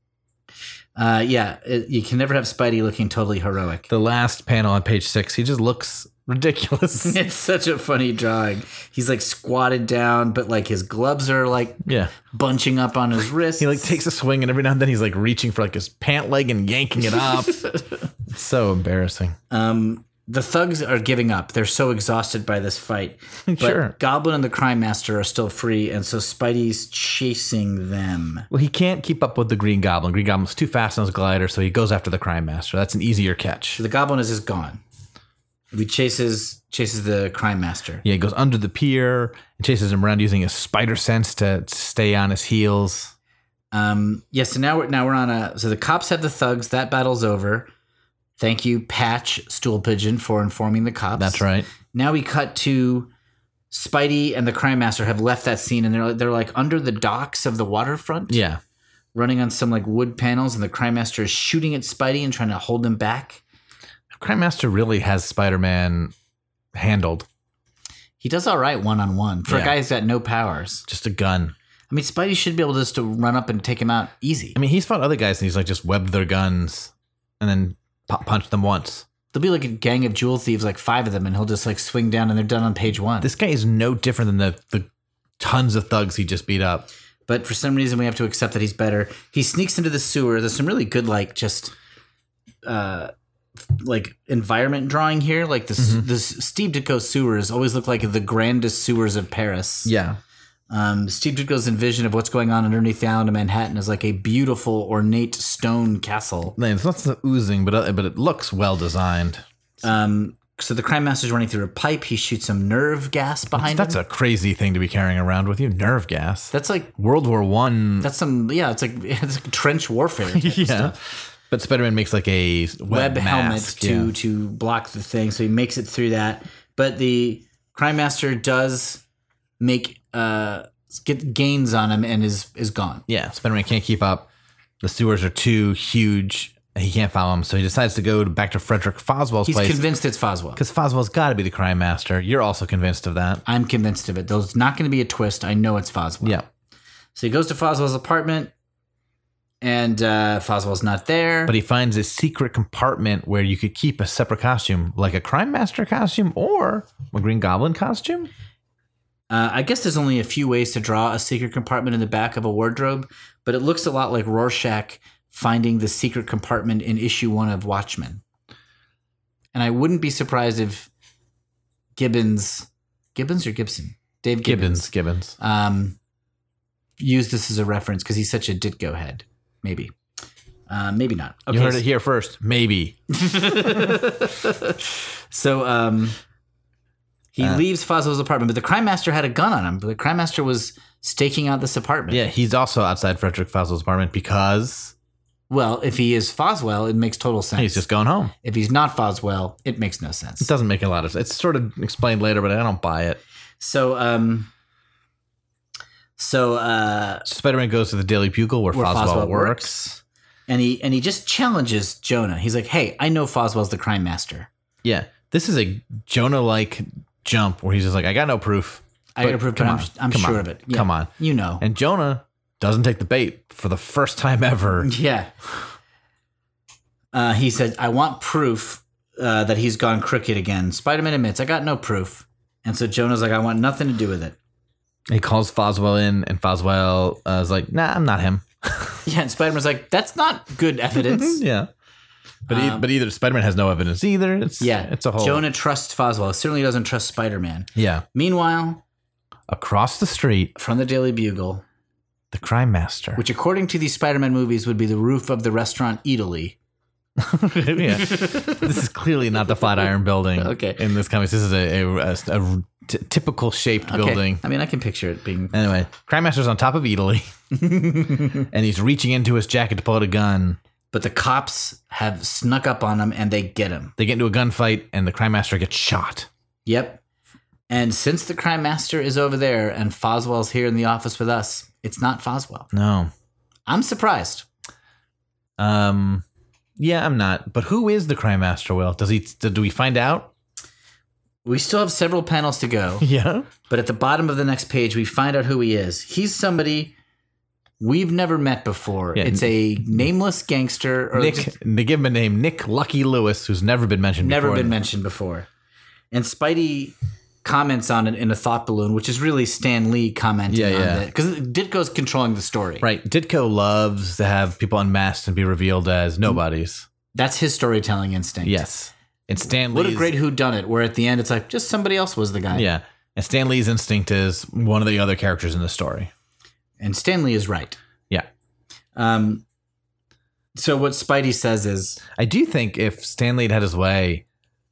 [SPEAKER 4] Uh, yeah, it, you can never have Spidey looking totally heroic.
[SPEAKER 3] The last panel on page six, he just looks ridiculous.
[SPEAKER 4] It's such a funny drawing. He's like squatted down, but like his gloves are like
[SPEAKER 3] yeah.
[SPEAKER 4] bunching up on his wrists.
[SPEAKER 3] He like takes a swing and every now and then he's like reaching for like his pant leg and yanking it up. so embarrassing.
[SPEAKER 4] Um, the thugs are giving up. They're so exhausted by this fight. But
[SPEAKER 3] Sure.
[SPEAKER 4] Goblin and the Crime Master are still free, and so Spidey's chasing them.
[SPEAKER 3] Well, he can't keep up with the Green Goblin. Green Goblin's too fast on his glider, so he goes after the Crime Master. That's an easier catch.
[SPEAKER 4] The Goblin is just gone. He chases chases the Crime Master.
[SPEAKER 3] Yeah, he goes under the pier and chases him around using his spider sense to stay on his heels.
[SPEAKER 4] Um, yeah. So now we're now we're on a. So the cops have the thugs. That battle's over. Thank you, Patch Stool Pigeon, for informing the cops.
[SPEAKER 3] That's right.
[SPEAKER 4] now we cut to Spidey and the Crime Master have left that scene and they're they're like under the docks of the waterfront,
[SPEAKER 3] Yeah.
[SPEAKER 4] running on some like wood panels, and the Crime Master is shooting at Spidey and trying to hold him back.
[SPEAKER 3] Crime Master really has Spider Man handled.
[SPEAKER 4] He does all right one on one for a
[SPEAKER 3] Yeah.
[SPEAKER 4] guy who's got no powers.
[SPEAKER 3] Just a gun.
[SPEAKER 4] I mean, Spidey should be able just to run up and take him out easy.
[SPEAKER 3] I mean, he's fought other guys and he's like just webbed their guns and then pu- punched them once.
[SPEAKER 4] There'll be like a gang of jewel thieves, like five of them, and he'll just like swing down and they're done on page one.
[SPEAKER 3] This guy is no different than the, the tons of thugs he just beat up.
[SPEAKER 4] but for some reason we have to accept that he's better. He sneaks into the sewer. There's some really good like just uh like environment drawing here. Like the
[SPEAKER 3] Mm-hmm.
[SPEAKER 4] s the s- Steve Ditko sewers always look like the grandest sewers of Paris.
[SPEAKER 3] Yeah.
[SPEAKER 4] Um, Steve Ditko's envision of what's going on underneath the island of Manhattan is like a beautiful ornate stone castle.
[SPEAKER 3] Man, It's not so oozing, but uh, but it looks well designed.
[SPEAKER 4] Um, so the crime master's running through a pipe. He shoots some nerve gas behind
[SPEAKER 3] That's
[SPEAKER 4] him.
[SPEAKER 3] a crazy thing to be carrying around with you. Nerve gas.
[SPEAKER 4] that's like
[SPEAKER 3] World War One.
[SPEAKER 4] that's some yeah. It's like it's like trench warfare. type of
[SPEAKER 3] Yeah.
[SPEAKER 4] stuff.
[SPEAKER 3] But Spider Man makes like a
[SPEAKER 4] web,
[SPEAKER 3] web,
[SPEAKER 4] helmet
[SPEAKER 3] mask.
[SPEAKER 4] to
[SPEAKER 3] Yeah.
[SPEAKER 4] to block the thing. So he makes it through that. But the crime master does make uh get gains on him and is is gone.
[SPEAKER 3] yeah, Spider Man can't keep up. The sewers are too huge. and He can't follow him, so he decides to go back to Frederick Foswell's
[SPEAKER 4] He's
[SPEAKER 3] place
[SPEAKER 4] convinced it's Foswell.
[SPEAKER 3] because Foswell's got to be the crime master. You're also convinced of that.
[SPEAKER 4] I'm convinced of it. There's not going to be a twist. I know it's Foswell.
[SPEAKER 3] Yeah,
[SPEAKER 4] So he goes to Foswell's apartment, and uh, Foswell's not there.
[SPEAKER 3] but he finds a secret compartment where you could keep a separate costume, like a crime master costume or a Green Goblin costume.
[SPEAKER 4] Uh, I guess there's only a few ways to draw a secret compartment in the back of a wardrobe, but it looks a lot like Rorschach finding the secret compartment in issue one of Watchmen. And I wouldn't be surprised if Gibbons, Gibbons or Gibson, Dave Gibbons,
[SPEAKER 3] Gibbons, Gibbons.
[SPEAKER 4] um, used this as a reference because he's such a Ditko head. Maybe, uh, maybe not.
[SPEAKER 3] you heard
[SPEAKER 4] so-
[SPEAKER 3] it here first. Maybe
[SPEAKER 4] so um, he
[SPEAKER 3] Uh.
[SPEAKER 4] leaves Foswell's apartment, but the crime master had a gun on him. But the crime master was staking out this apartment.
[SPEAKER 3] Yeah, he's also outside Frederick Foswell's apartment because
[SPEAKER 4] Well, if he is Foswell, it makes total sense.
[SPEAKER 3] he's just going home.
[SPEAKER 4] if he's not Foswell, it makes no
[SPEAKER 3] It
[SPEAKER 4] sense.
[SPEAKER 3] doesn't make a lot of sense. It's sort of explained later, but I don't buy it.
[SPEAKER 4] So um, so uh,
[SPEAKER 3] Spider Man goes to the Daily Bugle where,
[SPEAKER 4] where
[SPEAKER 3] Foswell,
[SPEAKER 4] Foswell
[SPEAKER 3] works.
[SPEAKER 4] works, and he and he just challenges Jonah. He's like, "Hey, I know Foswell's the crime master.
[SPEAKER 3] Yeah. This is a Jonah like jump where he's just like, I got no proof.
[SPEAKER 4] I
[SPEAKER 3] But
[SPEAKER 4] gotta prove.
[SPEAKER 3] come
[SPEAKER 4] I'm,
[SPEAKER 3] on,
[SPEAKER 4] I'm
[SPEAKER 3] come
[SPEAKER 4] sure
[SPEAKER 3] on,
[SPEAKER 4] of it. Yeah,
[SPEAKER 3] come on.
[SPEAKER 4] you know."
[SPEAKER 3] And Jonah doesn't take the bait for the first time ever.
[SPEAKER 4] Yeah. Uh, he said, I want proof uh, that he's gone crooked again. Spider Man admits, I got no proof. And so Jonah's like, I want nothing to do with it.
[SPEAKER 3] He calls Foswell in, and Foswell uh, is like, Nah, I'm not him.
[SPEAKER 4] Yeah, and Spider Man's like, that's not good evidence.
[SPEAKER 3] yeah. But, e-
[SPEAKER 4] Um,
[SPEAKER 3] but either Spider Man has no evidence either. It's,
[SPEAKER 4] yeah,
[SPEAKER 3] It's a whole.
[SPEAKER 4] Jonah trusts Foswell, certainly doesn't trust Spider Man.
[SPEAKER 3] Yeah.
[SPEAKER 4] Meanwhile,
[SPEAKER 3] Across the street,
[SPEAKER 4] from the Daily Bugle,
[SPEAKER 3] the crime master.
[SPEAKER 4] which according to these Spider Man movies would be the roof of the restaurant Italy.
[SPEAKER 3] yeah. This is clearly not the Flatiron Building.
[SPEAKER 4] Okay.
[SPEAKER 3] In this comics, this is a, a, a- a t- typical shaped
[SPEAKER 4] Okay,
[SPEAKER 3] building.
[SPEAKER 4] I mean, I can picture it being.
[SPEAKER 3] Anyway, Crime Master's on top of Italy, and he's reaching into his jacket to pull out a gun.
[SPEAKER 4] But the cops have snuck up on him and they get him.
[SPEAKER 3] They get into a gunfight, and the Crime Master gets shot.
[SPEAKER 4] Yep. And since the crime master is over there and Foswell's here in the office with us, it's not Foswell.
[SPEAKER 3] No.
[SPEAKER 4] I'm surprised.
[SPEAKER 3] Um. Yeah, I'm not. But who is the Crime Master? Will does he? Do we find out?
[SPEAKER 4] We still have several panels to go,
[SPEAKER 3] Yeah.
[SPEAKER 4] but at the bottom of the next page, we find out who he is. He's somebody we've never met before.
[SPEAKER 3] Yeah.
[SPEAKER 4] It's a nameless gangster or
[SPEAKER 3] Nick.
[SPEAKER 4] just
[SPEAKER 3] They give him a name, Nick Lucky Lewis, who's never been mentioned.
[SPEAKER 4] never
[SPEAKER 3] before.
[SPEAKER 4] been mentioned before. And Spidey comments on it in a thought balloon, which is really Stan Lee commenting
[SPEAKER 3] Yeah,
[SPEAKER 4] on
[SPEAKER 3] yeah.
[SPEAKER 4] it. Because Ditko's controlling the story.
[SPEAKER 3] Right. Ditko loves to have people unmasked and be revealed as
[SPEAKER 4] Mm-hmm.
[SPEAKER 3] nobodies.
[SPEAKER 4] That's his storytelling instinct.
[SPEAKER 3] Yes. And Stan
[SPEAKER 4] What a
[SPEAKER 3] Lee's-
[SPEAKER 4] great who done it where at the end it's like just somebody else was the guy.
[SPEAKER 3] Yeah. And Stan Lee's instinct is one of the other characters in the story.
[SPEAKER 4] And Stanley is right.
[SPEAKER 3] Yeah.
[SPEAKER 4] Um so what Spidey says is
[SPEAKER 3] I do think if Stan Lee had had his way,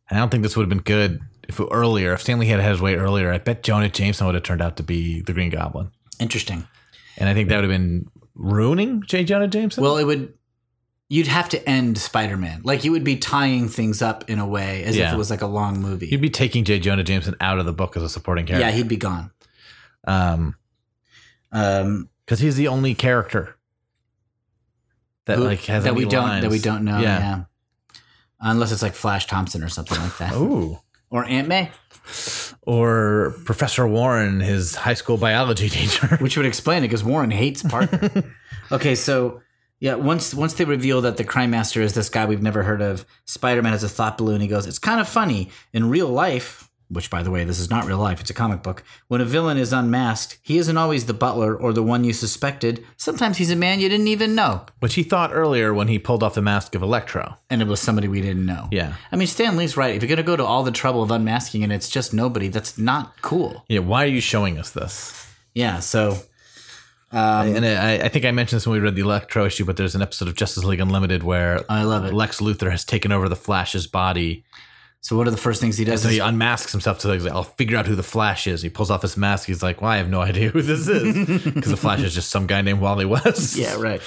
[SPEAKER 3] and I don't think this would have been good if earlier, if Stan Lee had had his way earlier, I bet Jonah Jameson would have turned out to be the Green Goblin.
[SPEAKER 4] interesting.
[SPEAKER 3] And I think that would have been ruining J. Jonah Jameson.
[SPEAKER 4] Well, it would you'd have to end Spider-Man. Like you would be tying things up in a way as if
[SPEAKER 3] Yeah.
[SPEAKER 4] it was like a long movie.
[SPEAKER 3] You'd be taking J. Jonah Jameson out of the book as a supporting
[SPEAKER 4] yeah,
[SPEAKER 3] character.
[SPEAKER 4] he'd be gone.
[SPEAKER 3] Yeah.
[SPEAKER 4] Um
[SPEAKER 3] because he's the only character that
[SPEAKER 4] who-
[SPEAKER 3] like has
[SPEAKER 4] that
[SPEAKER 3] any
[SPEAKER 4] we don't that
[SPEAKER 3] lines.
[SPEAKER 4] we don't know, yeah.
[SPEAKER 3] Yeah.
[SPEAKER 4] Unless it's like Flash Thompson or something like that.
[SPEAKER 3] Ooh.
[SPEAKER 4] Or Aunt May,
[SPEAKER 3] Or Professor Warren, his high school biology teacher.
[SPEAKER 4] which would explain it because Warren hates Parker. okay, so yeah, once once they reveal that the crime master is this guy we've never heard of, Spider Man has a thought balloon. He goes, "It's kind of funny in real life." which by the way, this is not real life, it's a comic book. When a villain is unmasked, he isn't always the butler or the one you suspected. Sometimes he's a man you didn't even know.
[SPEAKER 3] Which he thought earlier when he pulled off the mask of Electro.
[SPEAKER 4] And it was somebody we didn't know.
[SPEAKER 3] Yeah.
[SPEAKER 4] I mean, Stan Lee's right. If you're going to go to all the trouble of unmasking and it's just nobody, that's not cool.
[SPEAKER 3] Yeah, why are you showing us this?
[SPEAKER 4] Yeah, so Um,
[SPEAKER 3] and I, I think I mentioned this when we read the Electro issue, but there's an episode of Justice League Unlimited where
[SPEAKER 4] I love it.
[SPEAKER 3] Lex Luthor has taken over the Flash's body.
[SPEAKER 4] So one of the first things he does
[SPEAKER 3] So
[SPEAKER 4] is
[SPEAKER 3] he unmasks himself to like, I'll figure out who the Flash is. He pulls off his mask. He's like, well, I have no idea who this is. Because the Flash is just some guy named Wally West.
[SPEAKER 4] Yeah, right.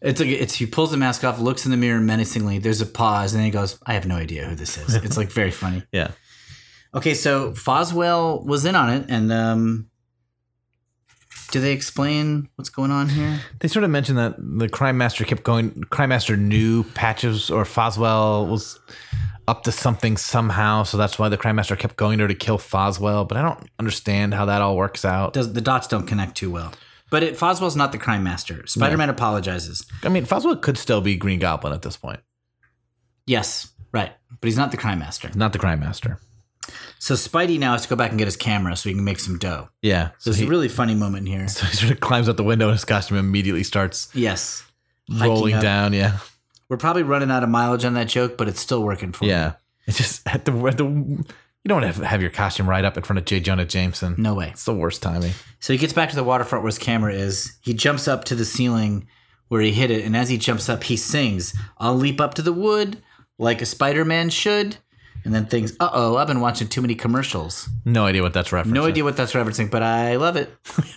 [SPEAKER 4] It's like it's he pulls the mask off, looks in the mirror menacingly. There's a pause, and then he goes, "I have no idea who this is." It's like very funny.
[SPEAKER 3] Yeah.
[SPEAKER 4] Okay, so Foswell was in on it, and um, do they explain what's going on here?
[SPEAKER 3] They sort of mentioned that the Crime Master kept going. Crime Master knew Patches or Foswell was up to something somehow. So that's why the Crime Master kept going there to kill Foswell. But I don't understand how that all works out.
[SPEAKER 4] Does the dots don't connect too well? But it, Foswell's not the crime master. Spider-Man apologizes.
[SPEAKER 3] I mean, Foswell could still be Green Goblin at this point,
[SPEAKER 4] Yes, right, but he's not the crime master.
[SPEAKER 3] not the Crime Master.
[SPEAKER 4] So Spidey now has to go back and get his camera so he can make some dough.
[SPEAKER 3] Yeah. So
[SPEAKER 4] There's
[SPEAKER 3] he,
[SPEAKER 4] a really funny moment here.
[SPEAKER 3] so he sort of climbs out the window in his costume and immediately starts
[SPEAKER 4] Yes, Hiking
[SPEAKER 3] rolling
[SPEAKER 4] up.
[SPEAKER 3] down. Yeah.
[SPEAKER 4] we're probably running out of mileage on that joke, but it's still working for me.
[SPEAKER 3] Yeah. It's just at the, at the you don't want to have your costume right up in front of J. Jonah Jameson.
[SPEAKER 4] No way.
[SPEAKER 3] It's the worst timing.
[SPEAKER 4] So he gets back to the waterfront where his camera is. He jumps up to the ceiling where he hid it, and as he jumps up, he sings, I'll leap up to the wood like a Spider Man should. And then thinks, uh oh, I've been watching too many commercials.
[SPEAKER 3] No idea what that's referencing.
[SPEAKER 4] No idea what that's referencing, but I love it.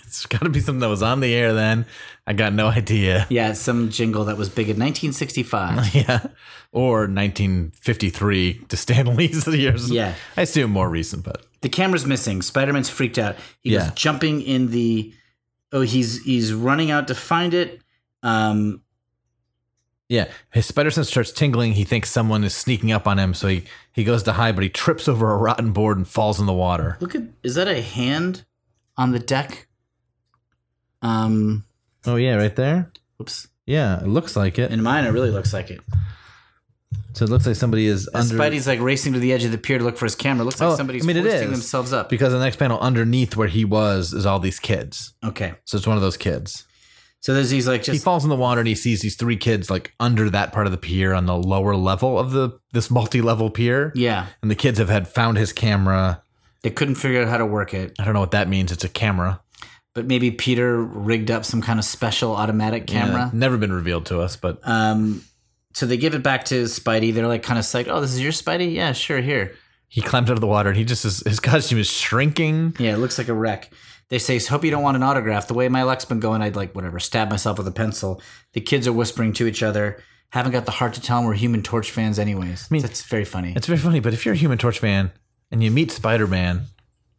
[SPEAKER 3] It's got to be something that was on the air then. I got no idea.
[SPEAKER 4] Yeah, it's some jingle that was big in 1965.
[SPEAKER 3] Yeah. Or 1953 to Stan Lee's years.
[SPEAKER 4] Yeah.
[SPEAKER 3] I assume more recent, but
[SPEAKER 4] the camera's missing. Spider Man's freaked out. He
[SPEAKER 3] Yeah.
[SPEAKER 4] goes jumping in the. Oh, he's he's running out to find it. Um,
[SPEAKER 3] yeah. His spider sense starts tingling. He thinks someone is sneaking up on him. So he, he goes to hide, but he trips over a rotten board and falls in the water.
[SPEAKER 4] look at is that a hand on the deck? Um,
[SPEAKER 3] Oh, yeah. Right there.
[SPEAKER 4] Oops.
[SPEAKER 3] Yeah. It looks like it.
[SPEAKER 4] In mine, it really looks like it.
[SPEAKER 3] so it looks like somebody is
[SPEAKER 4] As Spidey's like racing to the edge of the pier to look for his camera. Looks like
[SPEAKER 3] Oh,
[SPEAKER 4] somebody's
[SPEAKER 3] I mean, it
[SPEAKER 4] hoisting
[SPEAKER 3] is.
[SPEAKER 4] themselves up.
[SPEAKER 3] Because the next panel underneath where he was is all these kids.
[SPEAKER 4] Okay.
[SPEAKER 3] So it's one of those kids.
[SPEAKER 4] So there's these like
[SPEAKER 3] he
[SPEAKER 4] just
[SPEAKER 3] falls in the water and he sees these three kids like under that part of the pier on the lower level of the this multi-level pier.
[SPEAKER 4] yeah.
[SPEAKER 3] And the kids have had found his camera.
[SPEAKER 4] They couldn't figure out how to work it,
[SPEAKER 3] I don't know what that means. It's a camera.
[SPEAKER 4] but maybe Peter rigged up some kind of special automatic camera.
[SPEAKER 3] Yeah, never been revealed to us, but
[SPEAKER 4] Um, so they give it back to Spidey. They're like kind of psyched. Oh, this is your Spidey? Yeah, sure. Here.
[SPEAKER 3] he climbs out of the water and he just is, his costume is shrinking.
[SPEAKER 4] Yeah, it looks like a wreck. They say, "Hope you don't want an autograph." The way my luck's been going, I'd like whatever stab myself with a pencil. The kids are whispering to each other. Haven't got the heart to tell them we're Human Torch fans, anyways.
[SPEAKER 3] mean-
[SPEAKER 4] that's very funny.
[SPEAKER 3] It's very funny, but if you're a Human Torch fan and you meet Spider-Man,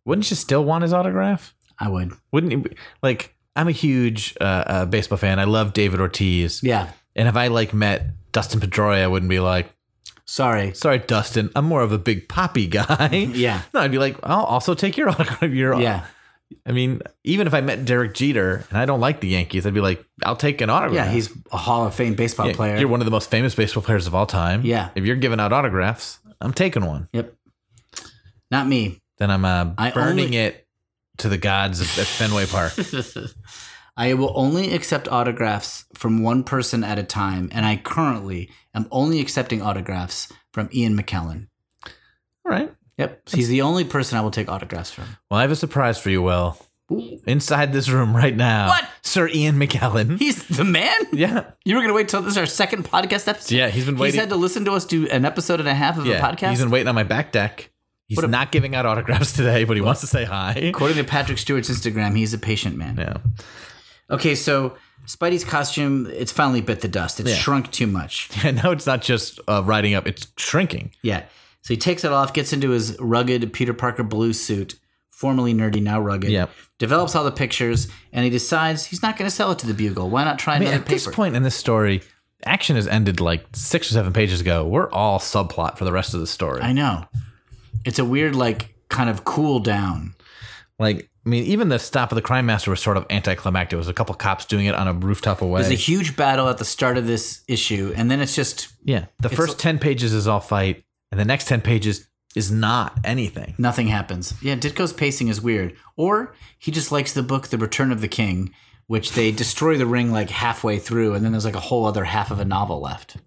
[SPEAKER 3] wouldn't you still want his autograph?
[SPEAKER 4] I would.
[SPEAKER 3] Wouldn't you be, like I'm a huge uh, uh, baseball fan. I love David Ortiz.
[SPEAKER 4] Yeah.
[SPEAKER 3] And if I like met Dustin Pedroia, I wouldn't be like,
[SPEAKER 4] Sorry.
[SPEAKER 3] sorry, Dustin, I'm more of a big poppy guy.
[SPEAKER 4] Yeah.
[SPEAKER 3] No, I'd be like, I'll also take your autograph. Your,
[SPEAKER 4] Yeah.
[SPEAKER 3] I mean, even if I met Derek Jeter and I don't like the Yankees, I'd be like, I'll take an autograph.
[SPEAKER 4] Yeah. He's a Hall of Fame baseball
[SPEAKER 3] Yeah,
[SPEAKER 4] player.
[SPEAKER 3] You're one of the most famous baseball players of all time.
[SPEAKER 4] Yeah.
[SPEAKER 3] If you're giving out autographs, I'm taking one.
[SPEAKER 4] yep. Not me.
[SPEAKER 3] Then I'm uh,
[SPEAKER 4] I
[SPEAKER 3] burning
[SPEAKER 4] only-
[SPEAKER 3] it to the gods of at Fenway Park.
[SPEAKER 4] I will only accept autographs from one person at a time, and I currently am only accepting autographs from Ian McKellen.
[SPEAKER 3] all right.
[SPEAKER 4] Yep. He's the only person I will take autographs from.
[SPEAKER 3] Well, I have a surprise for you, Will. Inside this room right now.
[SPEAKER 4] What?
[SPEAKER 3] Sir Ian McKellen.
[SPEAKER 4] He's the man.
[SPEAKER 3] yeah.
[SPEAKER 4] You were going to wait till this is our second podcast episode?
[SPEAKER 3] Yeah, he's been
[SPEAKER 4] He's
[SPEAKER 3] waiting.
[SPEAKER 4] had to listen to us do an episode and a half of a podcast?
[SPEAKER 3] He's been waiting on my back deck. He's
[SPEAKER 4] What a-
[SPEAKER 3] not giving out autographs today, but he wants to say hi.
[SPEAKER 4] According to Patrick Stewart's Instagram, he's a patient man.
[SPEAKER 3] Yeah.
[SPEAKER 4] Okay, so Spidey's costume, it's finally bit the dust. It's
[SPEAKER 3] Yeah.
[SPEAKER 4] shrunk too much.
[SPEAKER 3] And now it's not just uh, riding up, it's shrinking.
[SPEAKER 4] Yeah. So he takes it off, gets into his rugged Peter Parker blue suit, formerly nerdy, now rugged.
[SPEAKER 3] Yep.
[SPEAKER 4] Develops all the pictures, and he decides he's not going to sell it to the Bugle. Why not try
[SPEAKER 3] I mean,
[SPEAKER 4] another
[SPEAKER 3] at this
[SPEAKER 4] paper?
[SPEAKER 3] point in this story, action has ended like six or seven pages ago. We're all subplot for the rest of the story.
[SPEAKER 4] I know. It's a weird, like, kind of cool down.
[SPEAKER 3] like, I mean, even the stop of the crime master was sort of anticlimactic. It was a couple cops doing it on a rooftop away.
[SPEAKER 4] There's a huge battle at the start of this issue, and then it's just
[SPEAKER 3] yeah. The first 10 pages is all fight, and the next 10 pages, is not anything.
[SPEAKER 4] Nothing happens. Yeah, Ditko's pacing is weird. Or he just likes the book The Return of the King, which they destroy the ring like halfway through, and then there's like a whole other half of a novel left.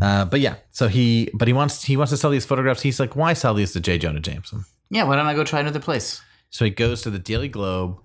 [SPEAKER 3] Uh, but yeah, so he but he wants he wants to sell these photographs. He's like, why sell these to J. Jonah Jameson?
[SPEAKER 4] Yeah, why don't I go try another place?
[SPEAKER 3] So he goes to the Daily Globe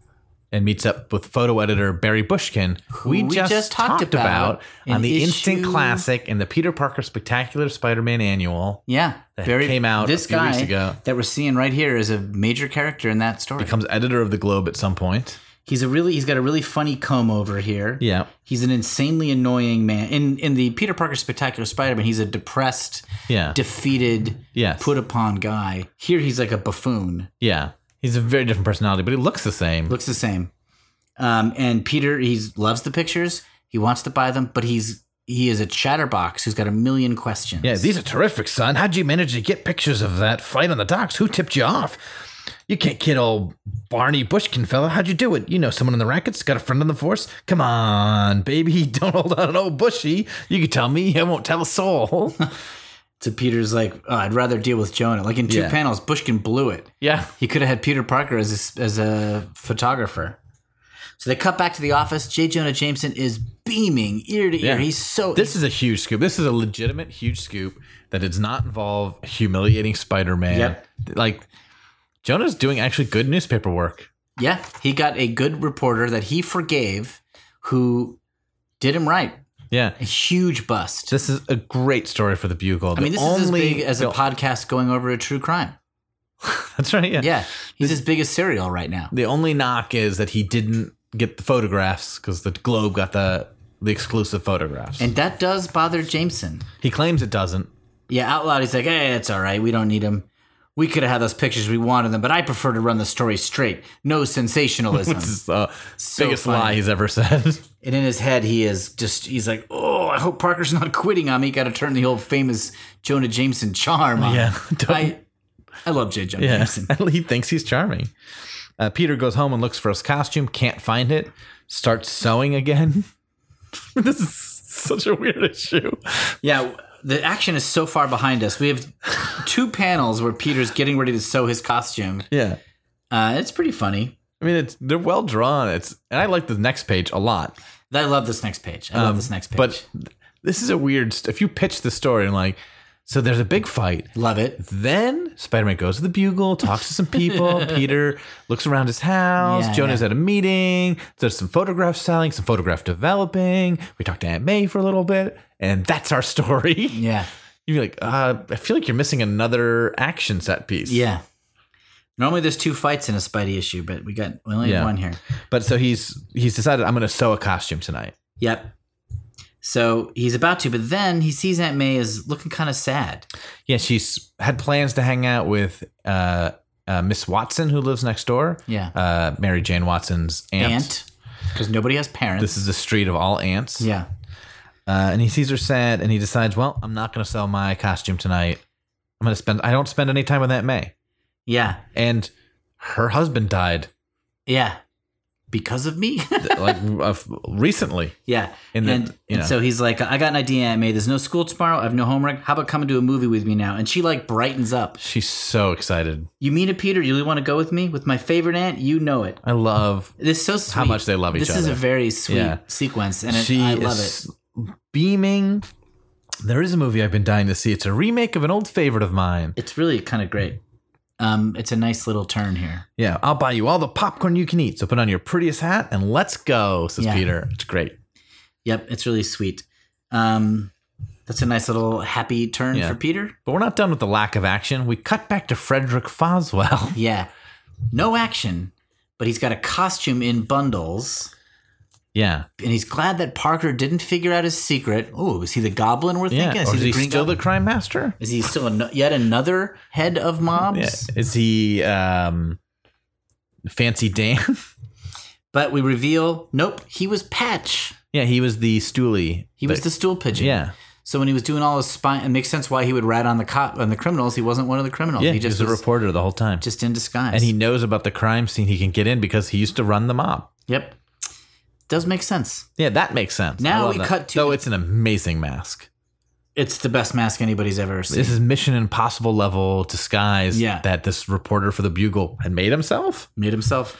[SPEAKER 3] and meets up with photo editor Barry Bushkin, who we,
[SPEAKER 4] we
[SPEAKER 3] just,
[SPEAKER 4] just
[SPEAKER 3] talked,
[SPEAKER 4] talked
[SPEAKER 3] about,
[SPEAKER 4] about
[SPEAKER 3] on
[SPEAKER 4] in
[SPEAKER 3] the Instant
[SPEAKER 4] issue-
[SPEAKER 3] Classic and the Peter Parker Spectacular Spider-Man Annual.
[SPEAKER 4] Yeah,
[SPEAKER 3] That came out
[SPEAKER 4] This
[SPEAKER 3] a few
[SPEAKER 4] guy
[SPEAKER 3] weeks ago.
[SPEAKER 4] that we're seeing right here is a major character in that story.
[SPEAKER 3] Becomes editor of the Globe at some point.
[SPEAKER 4] he's a really he's got a really funny comb over here.
[SPEAKER 3] Yeah.
[SPEAKER 4] He's an insanely annoying man. In in the Peter Parker Spectacular Spider-Man, he's a depressed,
[SPEAKER 3] Yeah.
[SPEAKER 4] defeated,
[SPEAKER 3] Yes.
[SPEAKER 4] put upon guy. Here he's like a buffoon.
[SPEAKER 3] yeah. He's a very different personality, but he looks the same.
[SPEAKER 4] Looks the same. Um, and Peter he's loves the pictures. He wants to buy them, but he's he is a chatterbox who's got a million questions.
[SPEAKER 3] Yeah, these are terrific, son. How'd you manage to get pictures of that fight on the docks? Who tipped you off? You can't kid old Barney Bushkin fella. How'd you do it? You know someone in the rackets, got a friend on the force. Come on, baby, don't hold on to old Bushy. You can tell me, I won't tell a soul.
[SPEAKER 4] So Peter's like, oh, I'd rather deal with Jonah. Like in two
[SPEAKER 3] Yeah.
[SPEAKER 4] panels, Bushkin blew it.
[SPEAKER 3] yeah,
[SPEAKER 4] He could have had Peter Parker as a, as a photographer. So they cut back to the office. J. Jonah Jameson is beaming ear to
[SPEAKER 3] Yeah.
[SPEAKER 4] ear. He's so
[SPEAKER 3] this is a huge scoop. This is a legitimate huge scoop that does not involve humiliating Spider-Man.
[SPEAKER 4] Yep.
[SPEAKER 3] Like Jonah's doing actually good newspaper work.
[SPEAKER 4] yeah. He got a good reporter that he forgave, who did him right.
[SPEAKER 3] Yeah.
[SPEAKER 4] A huge bust.
[SPEAKER 3] This is a great story for the Bugle.
[SPEAKER 4] I mean, this is as big as a podcast going over a true crime.
[SPEAKER 3] That's right. Yeah.
[SPEAKER 4] Yeah, he's as big as Serial right now.
[SPEAKER 3] The only knock is that he didn't get the photographs because the Globe got the the exclusive photographs.
[SPEAKER 4] And that does bother Jameson.
[SPEAKER 3] he claims it doesn't.
[SPEAKER 4] Yeah, out loud, he's like, hey, that's all right. We don't need him. We could have had those pictures we wanted them, but I prefer to run the story straight. No sensationalism.
[SPEAKER 3] This is the biggest
[SPEAKER 4] funny.
[SPEAKER 3] lie he's ever said.
[SPEAKER 4] and in his head, he is just, he's like, oh, I hope Parker's not quitting on me. Got to turn the old famous Jonah Jameson charm on.
[SPEAKER 3] Yeah, don't-
[SPEAKER 4] I, I love J. Jonah
[SPEAKER 3] yeah.
[SPEAKER 4] Jameson.
[SPEAKER 3] he thinks he's charming. Uh, Peter goes home and looks for his costume, can't find it, starts sewing again. this is such a weird issue.
[SPEAKER 4] Yeah, the action is so far behind us. We have two panels where Peter's getting ready to sew his costume.
[SPEAKER 3] Yeah.
[SPEAKER 4] Uh, it's pretty funny.
[SPEAKER 3] I mean, it's they're well drawn. It's and I like the next page a lot.
[SPEAKER 4] I love this next page. I love this next page.
[SPEAKER 3] Um, But this is a weird. St- if you pitch the story and like, so there's a big fight,
[SPEAKER 4] love it.
[SPEAKER 3] Then Spider Man goes to the Bugle, talks to some people. Peter looks around his house.
[SPEAKER 4] Yeah,
[SPEAKER 3] Jonah's at a meeting. There's some photograph selling, some photograph developing. We talk to Aunt May for a little bit, and that's our story.
[SPEAKER 4] Yeah.
[SPEAKER 3] You're like, uh, I feel like you're missing another action set piece.
[SPEAKER 4] Yeah. Normally there's two fights in a Spidey issue, but we got we only
[SPEAKER 3] Yeah.
[SPEAKER 4] have one here.
[SPEAKER 3] But so he's he's decided I'm going to sew a costume tonight.
[SPEAKER 4] Yep. So he's about to, but then he sees Aunt May is looking kind of sad.
[SPEAKER 3] Yeah, she's had plans to hang out with uh, uh, Miss Watson, who lives next door.
[SPEAKER 4] Yeah.
[SPEAKER 3] Uh, Mary Jane Watson's aunt.
[SPEAKER 4] Aunt, because nobody has parents.
[SPEAKER 3] This is a street of all ants.
[SPEAKER 4] yeah.
[SPEAKER 3] Uh, and he sees her sad, and he decides, well, I'm not going to sell my costume tonight. I'm going to spend. I don't spend any time with Aunt May.
[SPEAKER 4] Yeah.
[SPEAKER 3] And her husband died
[SPEAKER 4] Yeah. Because of me.
[SPEAKER 3] like uh, recently.
[SPEAKER 4] yeah.
[SPEAKER 3] And then,
[SPEAKER 4] and,
[SPEAKER 3] you
[SPEAKER 4] and
[SPEAKER 3] know.
[SPEAKER 4] so he's like, I got an idea, Aunt May. There's no school tomorrow. I have no homework. How about coming to a movie with me now? And she like brightens up.
[SPEAKER 3] She's so excited.
[SPEAKER 4] You mean it, Peter? You really want to go with me? With my favorite aunt? You know it.
[SPEAKER 3] I love.
[SPEAKER 4] This is so sweet.
[SPEAKER 3] much they love each
[SPEAKER 4] This is
[SPEAKER 3] other.
[SPEAKER 4] a very sweet
[SPEAKER 3] Yeah.
[SPEAKER 4] sequence, and it,
[SPEAKER 3] she
[SPEAKER 4] I love it.
[SPEAKER 3] is beaming. There is a movie I've been dying to see. It's a remake of an old favorite of mine.
[SPEAKER 4] It's really kind of great. Um, it's a nice little turn here.
[SPEAKER 3] Yeah, I'll buy you all the popcorn you can eat. So put on your prettiest hat and let's go, says
[SPEAKER 4] Yeah.
[SPEAKER 3] Peter. It's great.
[SPEAKER 4] Yep, it's really sweet. Um, that's a nice little happy turn
[SPEAKER 3] Yeah.
[SPEAKER 4] for Peter.
[SPEAKER 3] But we're not done with the lack of action. We cut back to Frederick Foswell.
[SPEAKER 4] Yeah, no action, but he's got a costume in bundles,
[SPEAKER 3] Yeah.
[SPEAKER 4] and he's glad that Parker didn't figure out his secret. Oh, is he the Goblin we're thinking? Is
[SPEAKER 3] or
[SPEAKER 4] he
[SPEAKER 3] is
[SPEAKER 4] the
[SPEAKER 3] he
[SPEAKER 4] Green
[SPEAKER 3] still
[SPEAKER 4] Goblin?
[SPEAKER 3] the crime master?
[SPEAKER 4] Is he still an- yet another head of mobs?
[SPEAKER 3] Yeah. Is he um, Fancy Dan?
[SPEAKER 4] But we reveal, nope, he was Patch.
[SPEAKER 3] yeah, he was the stoolie.
[SPEAKER 4] He was the stool pigeon.
[SPEAKER 3] yeah,
[SPEAKER 4] So when he was doing all his spying, it makes sense why he would rat on the cop on the criminals. He wasn't one of the criminals.
[SPEAKER 3] yeah.
[SPEAKER 4] Oh, he just
[SPEAKER 3] he
[SPEAKER 4] was
[SPEAKER 3] was a reporter the whole time,
[SPEAKER 4] just in disguise.
[SPEAKER 3] and he knows about the crime scene. He can get in because he used to run the mob.
[SPEAKER 4] yep does make sense.
[SPEAKER 3] Yeah, that makes sense. I
[SPEAKER 4] Now
[SPEAKER 3] love
[SPEAKER 4] we
[SPEAKER 3] that.
[SPEAKER 4] cut to-
[SPEAKER 3] Though it's an amazing mask.
[SPEAKER 4] It's the best mask anybody's ever seen.
[SPEAKER 3] This is Mission Impossible level disguise
[SPEAKER 4] Yeah.
[SPEAKER 3] that this reporter for the Bugle had made himself.
[SPEAKER 4] Made himself.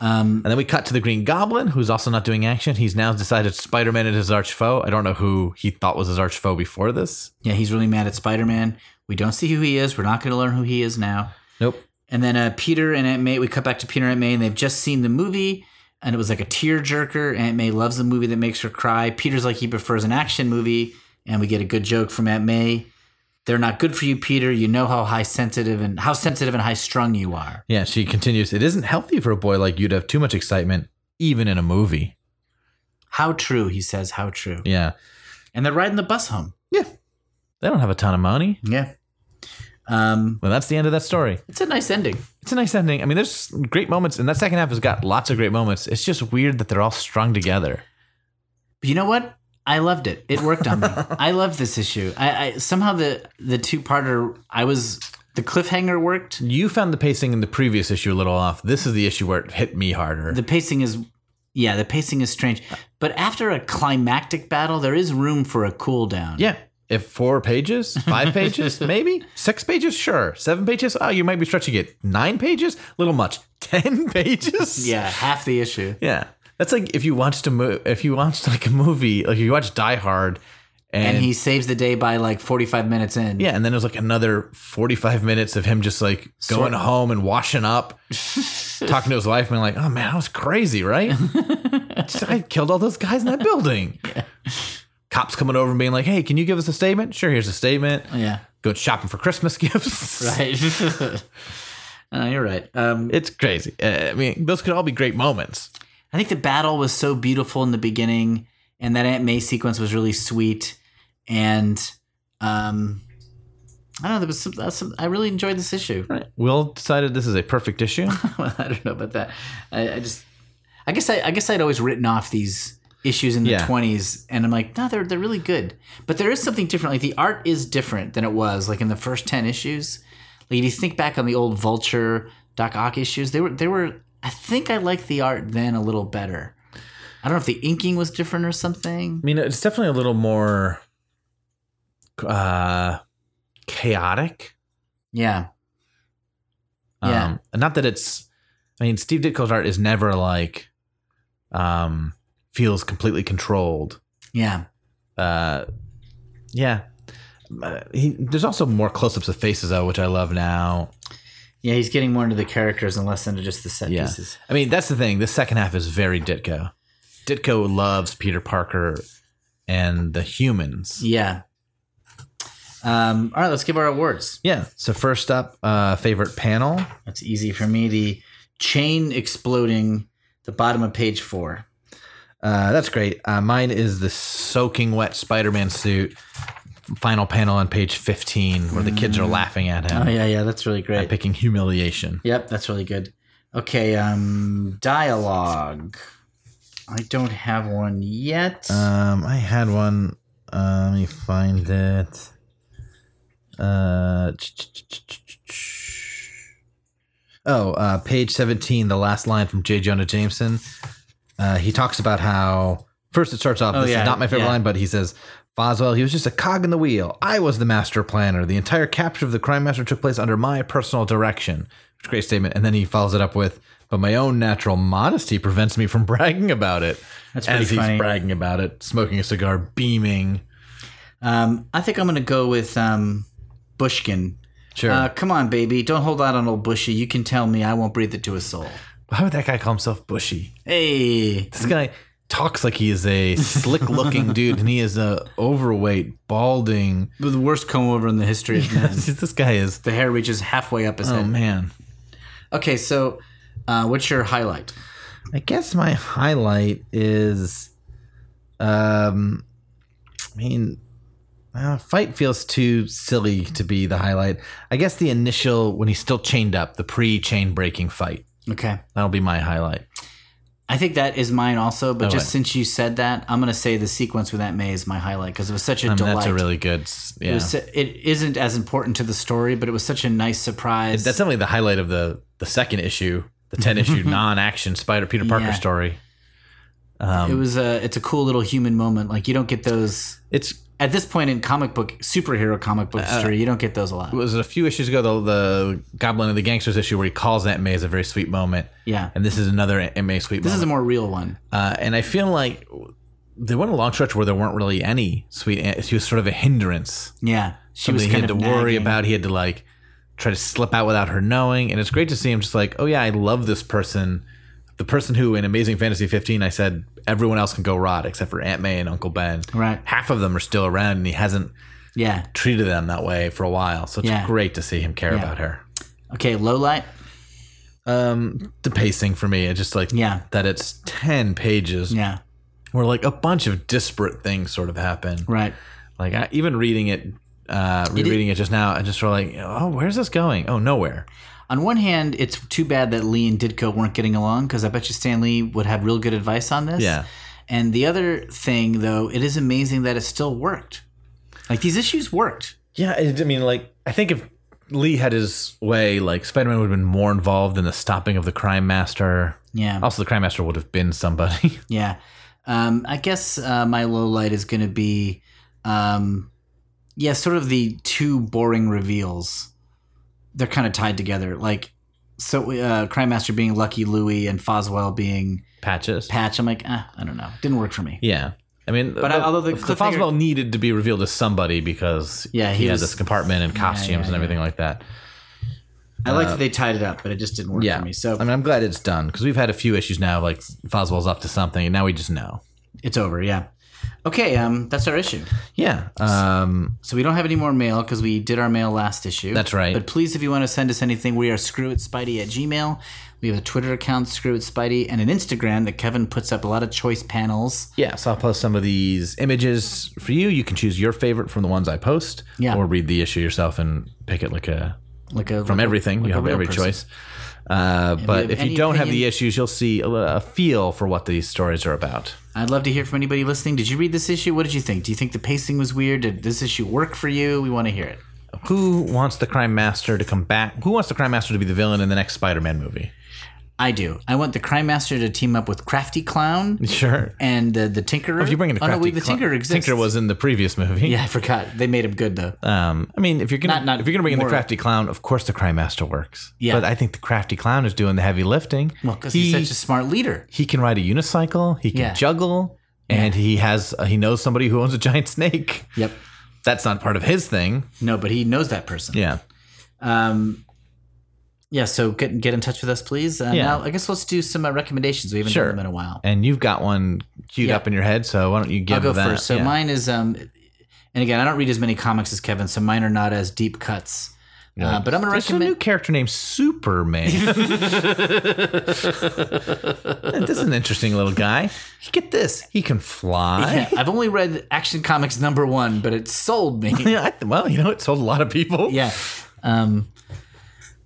[SPEAKER 4] Um,
[SPEAKER 3] And then we cut to the Green Goblin, who's also not doing action. He's now decided Spider Man is his arch foe. I don't know who he thought was his arch foe before this.
[SPEAKER 4] yeah, he's really mad at Spider Man. We don't see who he is. We're not going to learn who he is now.
[SPEAKER 3] Nope.
[SPEAKER 4] And then uh, Peter and Aunt May, we cut back to Peter and Aunt May, and they've just seen the movie, and it was like a tearjerker. Aunt May loves the movie that makes her cry. Peter's like he prefers an action movie, and we get a good joke from Aunt May. They're not good for you, Peter. You know how high sensitive and how sensitive and high strung you are.
[SPEAKER 3] Yeah, she continues. It isn't healthy for a boy like you to have too much excitement, even in a movie.
[SPEAKER 4] How true, he says. How true.
[SPEAKER 3] Yeah.
[SPEAKER 4] And they're riding the bus home.
[SPEAKER 3] They don't have a ton of money.
[SPEAKER 4] Yeah. Um,
[SPEAKER 3] Well, that's the end of that story.
[SPEAKER 4] it's a nice ending.
[SPEAKER 3] It's a nice ending. I mean, there's great moments, and that second half has got lots of great moments. It's just weird that they're all strung together.
[SPEAKER 4] But you know what? I loved it. It worked on me. I loved this issue. I, I somehow the the two parter. I was the cliffhanger worked.
[SPEAKER 3] You found the pacing in the previous issue a little off. This is the issue where it hit me harder.
[SPEAKER 4] The pacing is, yeah, the pacing is strange. But after a climactic battle, there is room for a cool down.
[SPEAKER 3] yeah. If four pages, five pages, maybe six pages, sure. Seven pages, oh, you might be stretching it. Nine pages, little much. Ten pages,
[SPEAKER 4] yeah, half the issue.
[SPEAKER 3] yeah. That's like if you watched a mo- if you watched like a movie, like if you watched Die Hard, and,
[SPEAKER 4] And he saves the day by like forty five minutes in.
[SPEAKER 3] yeah, and then it was like another forty five minutes of him just like going
[SPEAKER 4] Sort-
[SPEAKER 3] home and washing up, talking to his wife, and like, oh man, that was crazy, right? I killed all those guys in that building. Cops coming over and being like, hey, can you give us a statement? Sure, here's a statement.
[SPEAKER 4] yeah,
[SPEAKER 3] Go shopping for Christmas gifts.
[SPEAKER 4] right. Uh, you're right. Um,
[SPEAKER 3] It's crazy. Uh, I mean, those could all be great moments.
[SPEAKER 4] I think the battle was so beautiful in the beginning, and that Aunt May sequence was really sweet. And um, I don't know, there was some, that's some. I really enjoyed this issue.
[SPEAKER 3] Will decided this is a perfect issue.
[SPEAKER 4] I don't know about that. I, I just, I guess, I, I guess I'd always written off these issues in the
[SPEAKER 3] Yeah.
[SPEAKER 4] twenties, and I'm like, no, they're they're really good. But there is something different. Like the art is different than it was like in the first ten issues. Like if you think back on the old Vulture Doc Ock issues, they were they were. I think I liked the art then a little better. I don't know if the inking was different or something.
[SPEAKER 3] I mean, it's definitely a little more uh, chaotic.
[SPEAKER 4] Yeah, Yeah.
[SPEAKER 3] Um, and not that it's, I mean, Steve Ditko's art is never like, um, feels completely controlled.
[SPEAKER 4] yeah,
[SPEAKER 3] Uh, yeah. Uh, he, there's also more close ups of faces, though, which I love now.
[SPEAKER 4] yeah. He's getting more into the characters and less into just the set
[SPEAKER 3] Yeah.
[SPEAKER 4] pieces.
[SPEAKER 3] I mean, that's the thing. The second half is very Ditko. Ditko loves Peter Parker and the humans.
[SPEAKER 4] Yeah. Um, all right, let's give our awards.
[SPEAKER 3] Yeah. So, first up, uh, favorite panel.
[SPEAKER 4] That's easy for me. The chain exploding, the bottom of page four.
[SPEAKER 3] Uh, that's great. Uh, mine is the soaking wet Spider Man suit. Final panel on page 15 where the kids are laughing at him.
[SPEAKER 4] Oh yeah, yeah, that's really
[SPEAKER 3] and
[SPEAKER 4] great.
[SPEAKER 3] picking humiliation.
[SPEAKER 4] Yep, that's really good. Okay, um, dialogue. I don't have one yet.
[SPEAKER 3] Um, I had one. Uh, let me find it. Uh, oh, uh, page 17, the last line from J. Jonah Jameson. Uh, he talks about how, first it starts off,
[SPEAKER 4] Oh,
[SPEAKER 3] this
[SPEAKER 4] yeah,
[SPEAKER 3] is not my favorite
[SPEAKER 4] yeah.
[SPEAKER 3] line, but he says, Boswell, he was just a cog in the wheel. I was the master planner. The entire capture of the crime master took place under my personal direction. Which is a great statement. And then he follows it up with, but my own natural modesty prevents me from bragging about it.
[SPEAKER 4] That's
[SPEAKER 3] As
[SPEAKER 4] pretty
[SPEAKER 3] he's
[SPEAKER 4] funny.
[SPEAKER 3] bragging about it, smoking a cigar, beaming.
[SPEAKER 4] Um, I think I'm gonna go with um, Bushkin.
[SPEAKER 3] Sure.
[SPEAKER 4] Uh, come on, baby, don't hold out on old Bushy. You can tell me, I won't breathe it to a soul.
[SPEAKER 3] Why would that guy call himself Bushy?
[SPEAKER 4] Hey,
[SPEAKER 3] This guy talks like he is a slick-looking dude, and he is a overweight, balding.
[SPEAKER 4] the worst comb over in the history of men.
[SPEAKER 3] this guy is.
[SPEAKER 4] The hair reaches halfway up his
[SPEAKER 3] Oh
[SPEAKER 4] head.
[SPEAKER 3] man.
[SPEAKER 4] Okay, so uh, what's your highlight?
[SPEAKER 3] I guess my highlight is, um, I mean, uh, fight feels too silly to be the highlight. I guess the initial when he's still chained up, the pre-chain breaking fight.
[SPEAKER 4] Okay.
[SPEAKER 3] That'll be my highlight.
[SPEAKER 4] I think that is mine also, but
[SPEAKER 3] Oh,
[SPEAKER 4] just
[SPEAKER 3] right.
[SPEAKER 4] since you said that, I'm going to say the sequence with Aunt May is my highlight because it was such a
[SPEAKER 3] I mean,
[SPEAKER 4] delight.
[SPEAKER 3] Um, that's a really good. s- Yeah.
[SPEAKER 4] it, was, su- it isn't as important to the story, but it was such a nice surprise.
[SPEAKER 3] That's definitely the highlight of the the second issue, the ten issue non action Spider Peter Parker
[SPEAKER 4] Yeah.
[SPEAKER 3] story. Um,
[SPEAKER 4] it was a it's a cool little human moment. Like you don't get those.
[SPEAKER 3] It's
[SPEAKER 4] at this point in comic book superhero comic
[SPEAKER 3] Uh,
[SPEAKER 4] book history, you don't get those a lot.
[SPEAKER 3] It was a few issues ago, the, the Goblin of the Gangsters issue, where he calls Aunt May is a very sweet moment.
[SPEAKER 4] Yeah.
[SPEAKER 3] And this is another Aunt May sweet
[SPEAKER 4] This is
[SPEAKER 3] moment.
[SPEAKER 4] a more real one.
[SPEAKER 3] uh, and I feel like there went a long stretch where there weren't really any sweet aunt. She was sort of a hindrance.
[SPEAKER 4] Yeah, she
[SPEAKER 3] Something
[SPEAKER 4] was
[SPEAKER 3] he
[SPEAKER 4] kind
[SPEAKER 3] had
[SPEAKER 4] of
[SPEAKER 3] to worry
[SPEAKER 4] nagging.
[SPEAKER 3] about. He had to like try to slip out without her knowing. And it's great to see him just like, oh yeah, I love this person. The person who in Amazing Fantasy 15, I said everyone else can go rot except for Aunt May and Uncle Ben.
[SPEAKER 4] Right.
[SPEAKER 3] Half of them are still around, and he hasn't
[SPEAKER 4] Yeah.
[SPEAKER 3] treated them that way for a while. So it's
[SPEAKER 4] Yeah.
[SPEAKER 3] great to see him care
[SPEAKER 4] Yeah.
[SPEAKER 3] about her.
[SPEAKER 4] Okay. Low light.
[SPEAKER 3] Um, the pacing for me, it's just like
[SPEAKER 4] Yeah.
[SPEAKER 3] that it's ten pages
[SPEAKER 4] Yeah.
[SPEAKER 3] where like a bunch of disparate things sort of happen.
[SPEAKER 4] Right.
[SPEAKER 3] Like I, even reading it, uh, rereading it, just now, I just sort of like, oh, where's this going? Oh, nowhere.
[SPEAKER 4] On one hand, it's too bad that Lee and Ditko weren't getting along because I bet you Stan Lee would have real good advice on this.
[SPEAKER 3] Yeah.
[SPEAKER 4] And the other thing, though, it is amazing that it still worked. Like these issues worked.
[SPEAKER 3] Yeah, it, I mean, like I think if Lee had his way, like Spider Man would have been more involved in the stopping of the Crime Master.
[SPEAKER 4] Yeah.
[SPEAKER 3] Also, the Crime Master would have been somebody.
[SPEAKER 4] Yeah. Um, I guess uh, my low light is going to be, um, yeah, sort of the two boring reveals. They're kind of tied together. Like, so uh, Crime Master being Lucky Louie and Foswell being
[SPEAKER 3] Patches.
[SPEAKER 4] Patch. I'm like, eh, I don't know. Didn't work for me.
[SPEAKER 3] yeah. I mean,
[SPEAKER 4] But I- although the
[SPEAKER 3] uh, the
[SPEAKER 4] cliffhanger-
[SPEAKER 3] Foswell needed to be revealed to somebody because
[SPEAKER 4] Yeah,
[SPEAKER 3] he,
[SPEAKER 4] he
[SPEAKER 3] had
[SPEAKER 4] was-
[SPEAKER 3] this compartment and costumes
[SPEAKER 4] yeah,
[SPEAKER 3] and everything like that.
[SPEAKER 4] I like that they tied it up, but it just didn't work
[SPEAKER 3] Yeah,
[SPEAKER 4] for me. So
[SPEAKER 3] I mean, I'm glad it's done because we've had a few issues now. Like Foswell's up to something, and now we just know.
[SPEAKER 4] it's over. Yeah. Okay. Um, that's our issue.
[SPEAKER 3] Yeah. Um,
[SPEAKER 4] So we don't have any more mail because we did our mail last issue.
[SPEAKER 3] That's right.
[SPEAKER 4] But please, if you want to send us anything, we are screw it spidey at gmail. We have a Twitter account, screw it spidey, and an Instagram that Kevin puts up a lot of choice panels.
[SPEAKER 3] Yeah, so I'll post some of these images for you. You can choose your favorite from the ones I post,
[SPEAKER 4] Yeah.
[SPEAKER 3] or read the issue yourself and pick it like a
[SPEAKER 4] Like a
[SPEAKER 3] from everything. you
[SPEAKER 4] a
[SPEAKER 3] have
[SPEAKER 4] real
[SPEAKER 3] every
[SPEAKER 4] person.
[SPEAKER 3] choice. Uh,
[SPEAKER 4] have
[SPEAKER 3] but if
[SPEAKER 4] any
[SPEAKER 3] you don't have the
[SPEAKER 4] opinion-
[SPEAKER 3] issues, you'll see a, a feel for what these stories are about.
[SPEAKER 4] I'd love to hear from anybody listening. Did you read this issue? What did you think? Do you think the pacing was weird? Did this issue work for you? We want to hear it.
[SPEAKER 3] Who wants the crime master to come back? Who wants the crime master to be the villain in the next Spider-Man movie?
[SPEAKER 4] I do. I want the crime master to team up with Crafty Clown
[SPEAKER 3] Sure.
[SPEAKER 4] and the, the Tinkerer.
[SPEAKER 3] If you bring in the
[SPEAKER 4] oh, no,
[SPEAKER 3] crafty
[SPEAKER 4] wait, the
[SPEAKER 3] Clown-
[SPEAKER 4] Tinkerer exists.
[SPEAKER 3] Tinker was in the previous movie.
[SPEAKER 4] Yeah, I forgot. They made him good though.
[SPEAKER 3] Um, I mean, if you're gonna
[SPEAKER 4] Not- not
[SPEAKER 3] if you're gonna bring in the
[SPEAKER 4] more-
[SPEAKER 3] crafty clown, of course the crime master works.
[SPEAKER 4] Yeah.
[SPEAKER 3] But I think the crafty clown is doing the heavy lifting.
[SPEAKER 4] Well, because he's such a smart leader.
[SPEAKER 3] he can ride a unicycle, he can
[SPEAKER 4] Yeah.
[SPEAKER 3] juggle, and he has uh, he knows somebody who owns a giant snake.
[SPEAKER 4] Yep.
[SPEAKER 3] That's not part of his thing.
[SPEAKER 4] No, but he knows that person.
[SPEAKER 3] Yeah.
[SPEAKER 4] Um, yeah. So get get in touch with us, please. Uh,
[SPEAKER 3] Yeah.
[SPEAKER 4] Now, I guess let's do some uh, recommendations. We haven't
[SPEAKER 3] Sure.
[SPEAKER 4] done them in a while.
[SPEAKER 3] And you've got one queued
[SPEAKER 4] Yeah.
[SPEAKER 3] up in your head, so why don't you give
[SPEAKER 4] I'll go
[SPEAKER 3] that?
[SPEAKER 4] first. So
[SPEAKER 3] yeah.
[SPEAKER 4] mine is, um, and again, I don't read as many comics as Kevin, so mine are not as deep cuts. Uh, but I'm gonna
[SPEAKER 3] There's a
[SPEAKER 4] recommend.
[SPEAKER 3] new character named Superman. this is an interesting little guy. Get this, he can fly.
[SPEAKER 4] Yeah, I've only read Action Comics number one, but it sold me.
[SPEAKER 3] Yeah. I, well, you know, it sold a lot of people.
[SPEAKER 4] yeah. Um,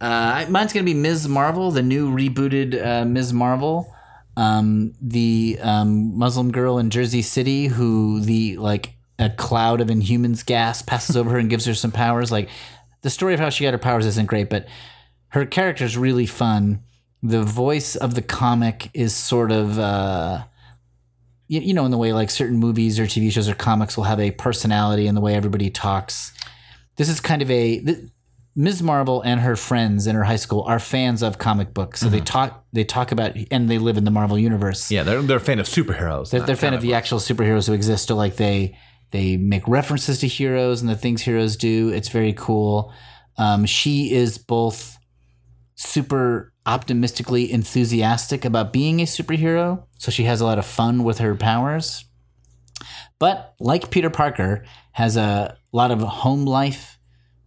[SPEAKER 4] uh, mine's gonna be Ms. Marvel, the new rebooted uh, Ms. Marvel, um, the um, Muslim girl in Jersey City who the like a cloud of Inhumans gas passes over her and gives her some powers. Like the story of how she got her powers isn't great, but her character's really fun. The voice of the comic is sort of. Uh, you, you know, in the way like certain movies or TV shows or comics will have a personality in the way everybody talks. This is kind of a th- Ms. Marvel and her friends in her high school are fans of comic books, so they talk they talk about and they live in the Marvel universe.
[SPEAKER 3] Yeah, they're, they're a fan of superheroes.
[SPEAKER 4] They're, they're a fan of the actual superheroes who exist. So like they they make references to heroes and the things heroes do. It's very cool. Um, she is both super optimistically enthusiastic about being a superhero, so she has a lot of fun with her powers. But like Peter Parker, has a lot of home life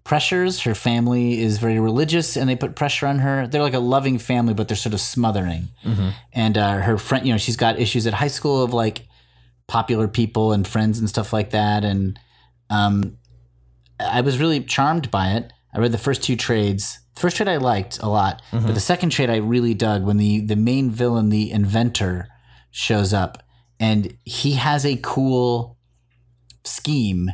[SPEAKER 4] pressures. Her family is very religious, and they put pressure on her. They're like a loving family, but they're sort of smothering and uh, her friend, you know, she's got issues at high school of like popular people and friends and stuff like that. And um, I was really charmed by it. I read the first two trades. The first trade I liked a lot, but the second trade I really dug when the the main villain, the inventor, shows up, and he has a cool scheme.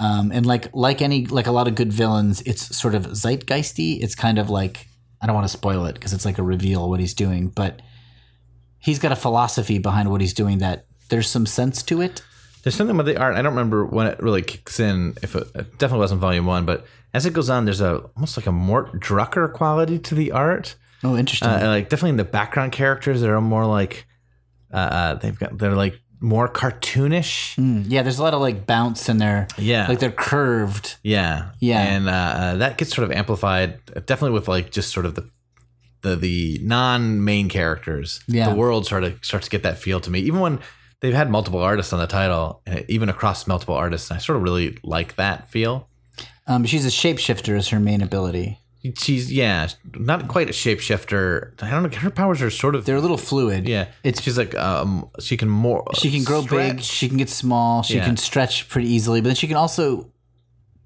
[SPEAKER 4] Um, and like like any like a lot of good villains, it's sort of zeitgeisty. It's kind of like I don't want to spoil it because it's like a reveal what he's doing, but he's got a philosophy behind what he's doing that there's some sense to it.
[SPEAKER 3] There's something about the art. I don't remember when it really kicks in. If it, it definitely wasn't volume one, but as it goes on, there's a almost like a Mort Drucker quality to the art.
[SPEAKER 4] Oh, interesting.
[SPEAKER 3] Uh, like definitely in the background characters, they're more like uh, uh, they've got they're like more cartoonish.
[SPEAKER 4] Mm, yeah, there's a lot of like bounce in there.
[SPEAKER 3] Hmm. Yeah.
[SPEAKER 4] Like they're curved.
[SPEAKER 3] Yeah,
[SPEAKER 4] Yeah.
[SPEAKER 3] and uh, uh, that gets sort of amplified, uh, definitely with like just sort of the the the non main characters.
[SPEAKER 4] Yeah.
[SPEAKER 3] the world sort of starts to get that feel to me, even when they've had multiple artists on the title, and even across multiple artists. And I sort of really like that feel.
[SPEAKER 4] Um, she's a shapeshifter is her main ability.
[SPEAKER 3] She's yeah, not quite a shapeshifter. I don't know. Her powers are sort of
[SPEAKER 4] They're a little fluid.
[SPEAKER 3] yeah.
[SPEAKER 4] It's-
[SPEAKER 3] she's like um, she can more
[SPEAKER 4] She can grow big.
[SPEAKER 3] stretch.
[SPEAKER 4] She can get small. She
[SPEAKER 3] Yeah.
[SPEAKER 4] can stretch pretty easily, but then she can also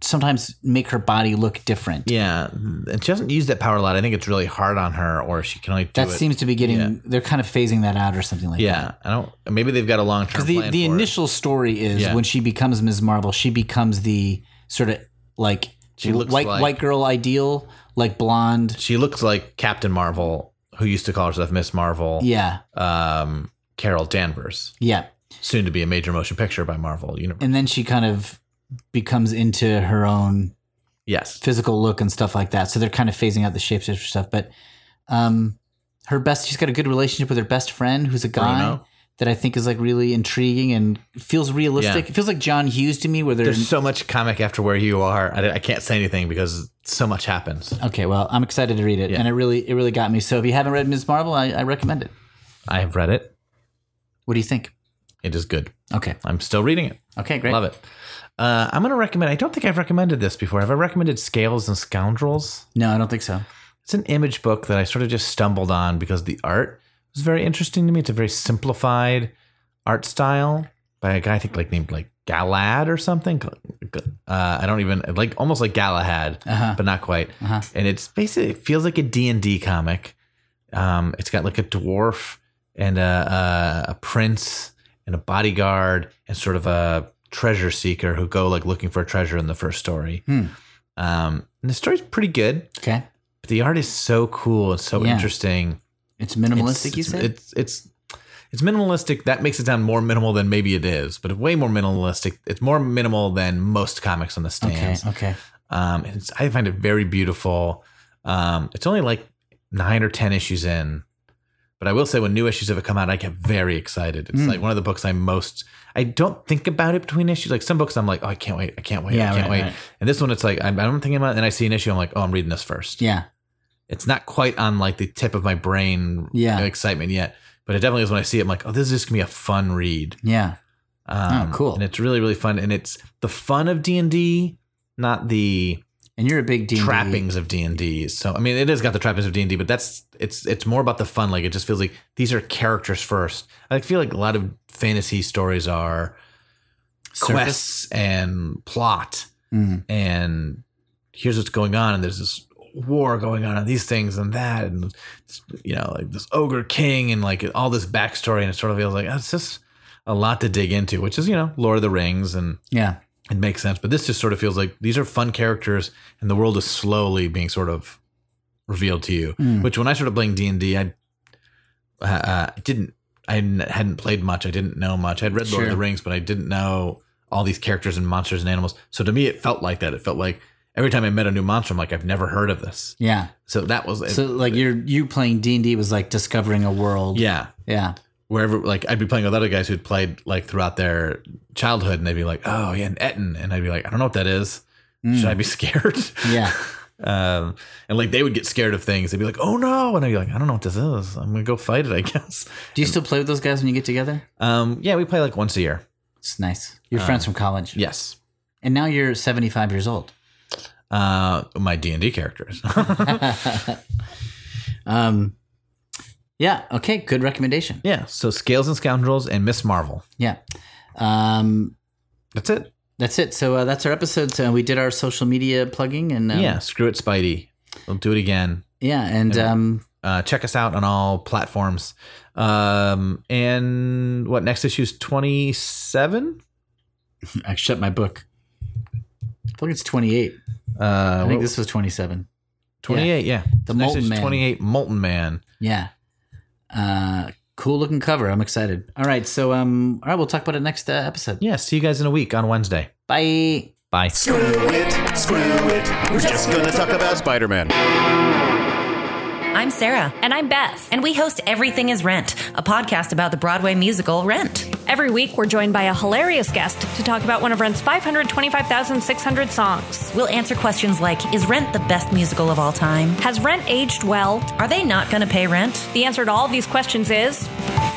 [SPEAKER 4] sometimes make her body look different.
[SPEAKER 3] Yeah, and she doesn't use that power a lot. I think it's really hard on her, or she can only do
[SPEAKER 4] that
[SPEAKER 3] it.
[SPEAKER 4] seems to be getting.
[SPEAKER 3] Yeah.
[SPEAKER 4] They're kind of phasing that out or something like that.
[SPEAKER 3] yeah, I don't. Maybe they've got a long term.
[SPEAKER 4] The the initial story is
[SPEAKER 3] Yeah.
[SPEAKER 4] when she becomes Ms. Marvel, she becomes the sort of like
[SPEAKER 3] She looks
[SPEAKER 4] white
[SPEAKER 3] like-
[SPEAKER 4] white girl ideal, like blonde.
[SPEAKER 3] she looks like Captain Marvel, who used to call herself Miss Marvel.
[SPEAKER 4] Yeah,
[SPEAKER 3] Um, Carol Danvers,
[SPEAKER 4] yeah.
[SPEAKER 3] soon to be a major motion picture by Marvel Universe.
[SPEAKER 4] And then she kind of becomes into her own
[SPEAKER 3] yes.
[SPEAKER 4] physical look and stuff like that. So they're kind of phasing out the shapeshifter stuff. But um, her best, she's got a good relationship with her best friend, who's a guy
[SPEAKER 3] Bruno.
[SPEAKER 4] that I think is like really intriguing and feels realistic.
[SPEAKER 3] Yeah.
[SPEAKER 4] It feels like John Hughes to me, where they're
[SPEAKER 3] There's so much comic after where you are. I, I can't say anything because so much happens.
[SPEAKER 4] okay. Well, I'm excited to read it,
[SPEAKER 3] Yeah.
[SPEAKER 4] and it really, it really got me. So if you haven't read Ms. Marvel, I, I recommend it.
[SPEAKER 3] I have read it.
[SPEAKER 4] What do you think?
[SPEAKER 3] It is good.
[SPEAKER 4] Okay.
[SPEAKER 3] I'm still reading it.
[SPEAKER 4] Okay. Great.
[SPEAKER 3] Love it. Uh, I'm going to recommend. I don't think I've recommended this before. Have I recommended Scales and Scoundrels?
[SPEAKER 4] No, I don't think so.
[SPEAKER 3] it's an image book that I sort of just stumbled on because the art was very interesting to me. It's a very simplified art style by a guy I think like named like Galad or something. Uh, I don't even like almost like Galahad,
[SPEAKER 4] Uh-huh.
[SPEAKER 3] but not quite.
[SPEAKER 4] Uh-huh.
[SPEAKER 3] And it's basically it feels like a D and D comic. Um, it's got like a dwarf and a, a, a prince and a bodyguard and sort of a treasure seeker who go like looking for a treasure in the first story.
[SPEAKER 4] Hmm.
[SPEAKER 3] Um, and the story's pretty good.
[SPEAKER 4] Okay.
[SPEAKER 3] But the art is so cool and so
[SPEAKER 4] Yeah.
[SPEAKER 3] interesting.
[SPEAKER 4] It's
[SPEAKER 3] It's-
[SPEAKER 4] minimalistic. you said.
[SPEAKER 3] It's, it's it's minimalistic. That makes it sound more minimal than maybe it is, but way more minimalistic. It's more minimal than most comics on the
[SPEAKER 4] okay.
[SPEAKER 3] stands.
[SPEAKER 4] Okay.
[SPEAKER 3] Um, and it's, I find it very beautiful. Um, it's only like nine or ten issues in, but I will say when new issues of it come out, I get very excited. It's
[SPEAKER 4] Mm.
[SPEAKER 3] like one of the books I most. I don't think about it between issues. Like some books, I'm like, oh, I can't wait, I can't wait,
[SPEAKER 4] Yeah,
[SPEAKER 3] I can't
[SPEAKER 4] right,
[SPEAKER 3] wait.
[SPEAKER 4] right.
[SPEAKER 3] And this one, it's like I'm, I'm thinking about, it, and I see an issue, I'm like, oh, I'm reading this first
[SPEAKER 4] Yeah.
[SPEAKER 3] it's not quite on like the tip of my brain
[SPEAKER 4] Yeah.
[SPEAKER 3] excitement yet but it definitely is when i see it i'm like oh this is just gonna be a fun read
[SPEAKER 4] Yeah.
[SPEAKER 3] um,
[SPEAKER 4] Oh, cool.
[SPEAKER 3] and it's really really fun and it's the fun of d&d not the
[SPEAKER 4] And you're a big D
[SPEAKER 3] trappings of d&d so i mean it has got the trappings of d&d but that's it's it's more about the fun like it just feels like these are characters first i feel like a lot of fantasy stories are quests and plot
[SPEAKER 4] Mm.
[SPEAKER 3] and here's what's going on and there's this war going on and these things and that and you know like this ogre king and like all this backstory and it sort of feels like oh, it's just a lot to dig into which is you know lord of the rings and
[SPEAKER 4] Yeah.
[SPEAKER 3] it makes sense but this just sort of feels like these are fun characters and the world is slowly being sort of revealed to you
[SPEAKER 4] Mm.
[SPEAKER 3] which when i started playing d&d i uh, uh, didn't i n- hadn't played much i didn't know much i'd read lord
[SPEAKER 4] Sure.
[SPEAKER 3] of the rings but i didn't know all these characters and monsters and animals so to me it felt like that it felt like every time i met a new monster i'm like i've never heard of this
[SPEAKER 4] Yeah.
[SPEAKER 3] so that was
[SPEAKER 4] So like you're you playing D and D was like discovering a world.
[SPEAKER 3] yeah
[SPEAKER 4] Yeah.
[SPEAKER 3] wherever like I'd be playing with other guys who'd played like throughout their childhood and they'd be like, Oh yeah, an Etten. And I'd be like, I don't know what that is. Should I be scared?
[SPEAKER 4] Hmm. Yeah.
[SPEAKER 3] um and like they would get scared of things. They'd be like, Oh no. And I'd be like, I don't know what this is. I'm gonna go fight it, I guess.
[SPEAKER 4] Do you still play with those guys when you get together?
[SPEAKER 3] Um yeah, we play like once a year.
[SPEAKER 4] It's nice. Your friends
[SPEAKER 3] Uh,
[SPEAKER 4] from college.
[SPEAKER 3] Yes.
[SPEAKER 4] And now you're 75 years old.
[SPEAKER 3] Uh my D and D characters.
[SPEAKER 4] um, yeah. Okay. Good recommendation.
[SPEAKER 3] yeah. So Scales and Scoundrels and Miss Marvel.
[SPEAKER 4] Yeah. Um,
[SPEAKER 3] That's it.
[SPEAKER 4] that's it. So uh, that's our episode. So we did our social media plugging and um,
[SPEAKER 3] Yeah. Screw it, Spidey. We'll do it again.
[SPEAKER 4] yeah, and um,
[SPEAKER 3] uh, check us out on all platforms. Um, and what next issue's twenty seven?
[SPEAKER 4] I shut my book. I think it's 28. I think
[SPEAKER 3] Uh,
[SPEAKER 4] this was 27.
[SPEAKER 3] twenty eight. Yeah, Next
[SPEAKER 4] The Molten
[SPEAKER 3] issue's
[SPEAKER 4] Man.
[SPEAKER 3] Twenty eight. Molten Man.
[SPEAKER 4] Yeah. Uh, Cool looking cover. I'm excited. All right, so um, all right, we'll talk about it next uh, episode.
[SPEAKER 3] Yeah, see you guys in a week on Wednesday.
[SPEAKER 4] Bye.
[SPEAKER 3] Bye.
[SPEAKER 1] Screw it, screw it. We're just gonna talk about Spider Man.
[SPEAKER 2] I'm Sarah.
[SPEAKER 5] And I'm Beth.
[SPEAKER 2] And we host Everything is Rent, a podcast about the Broadway musical Rent.
[SPEAKER 5] Every week, we're joined by a hilarious guest to talk about one of Rent's 525,600 songs.
[SPEAKER 2] We'll answer questions like Is Rent the best musical of all time?
[SPEAKER 5] Has Rent aged well?
[SPEAKER 2] Are they not going to pay rent?
[SPEAKER 5] The answer to all of these questions is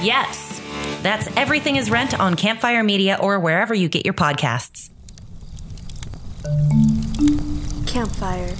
[SPEAKER 5] yes.
[SPEAKER 2] That's Everything is Rent on Campfire Media or wherever you get your podcasts.
[SPEAKER 6] Campfire.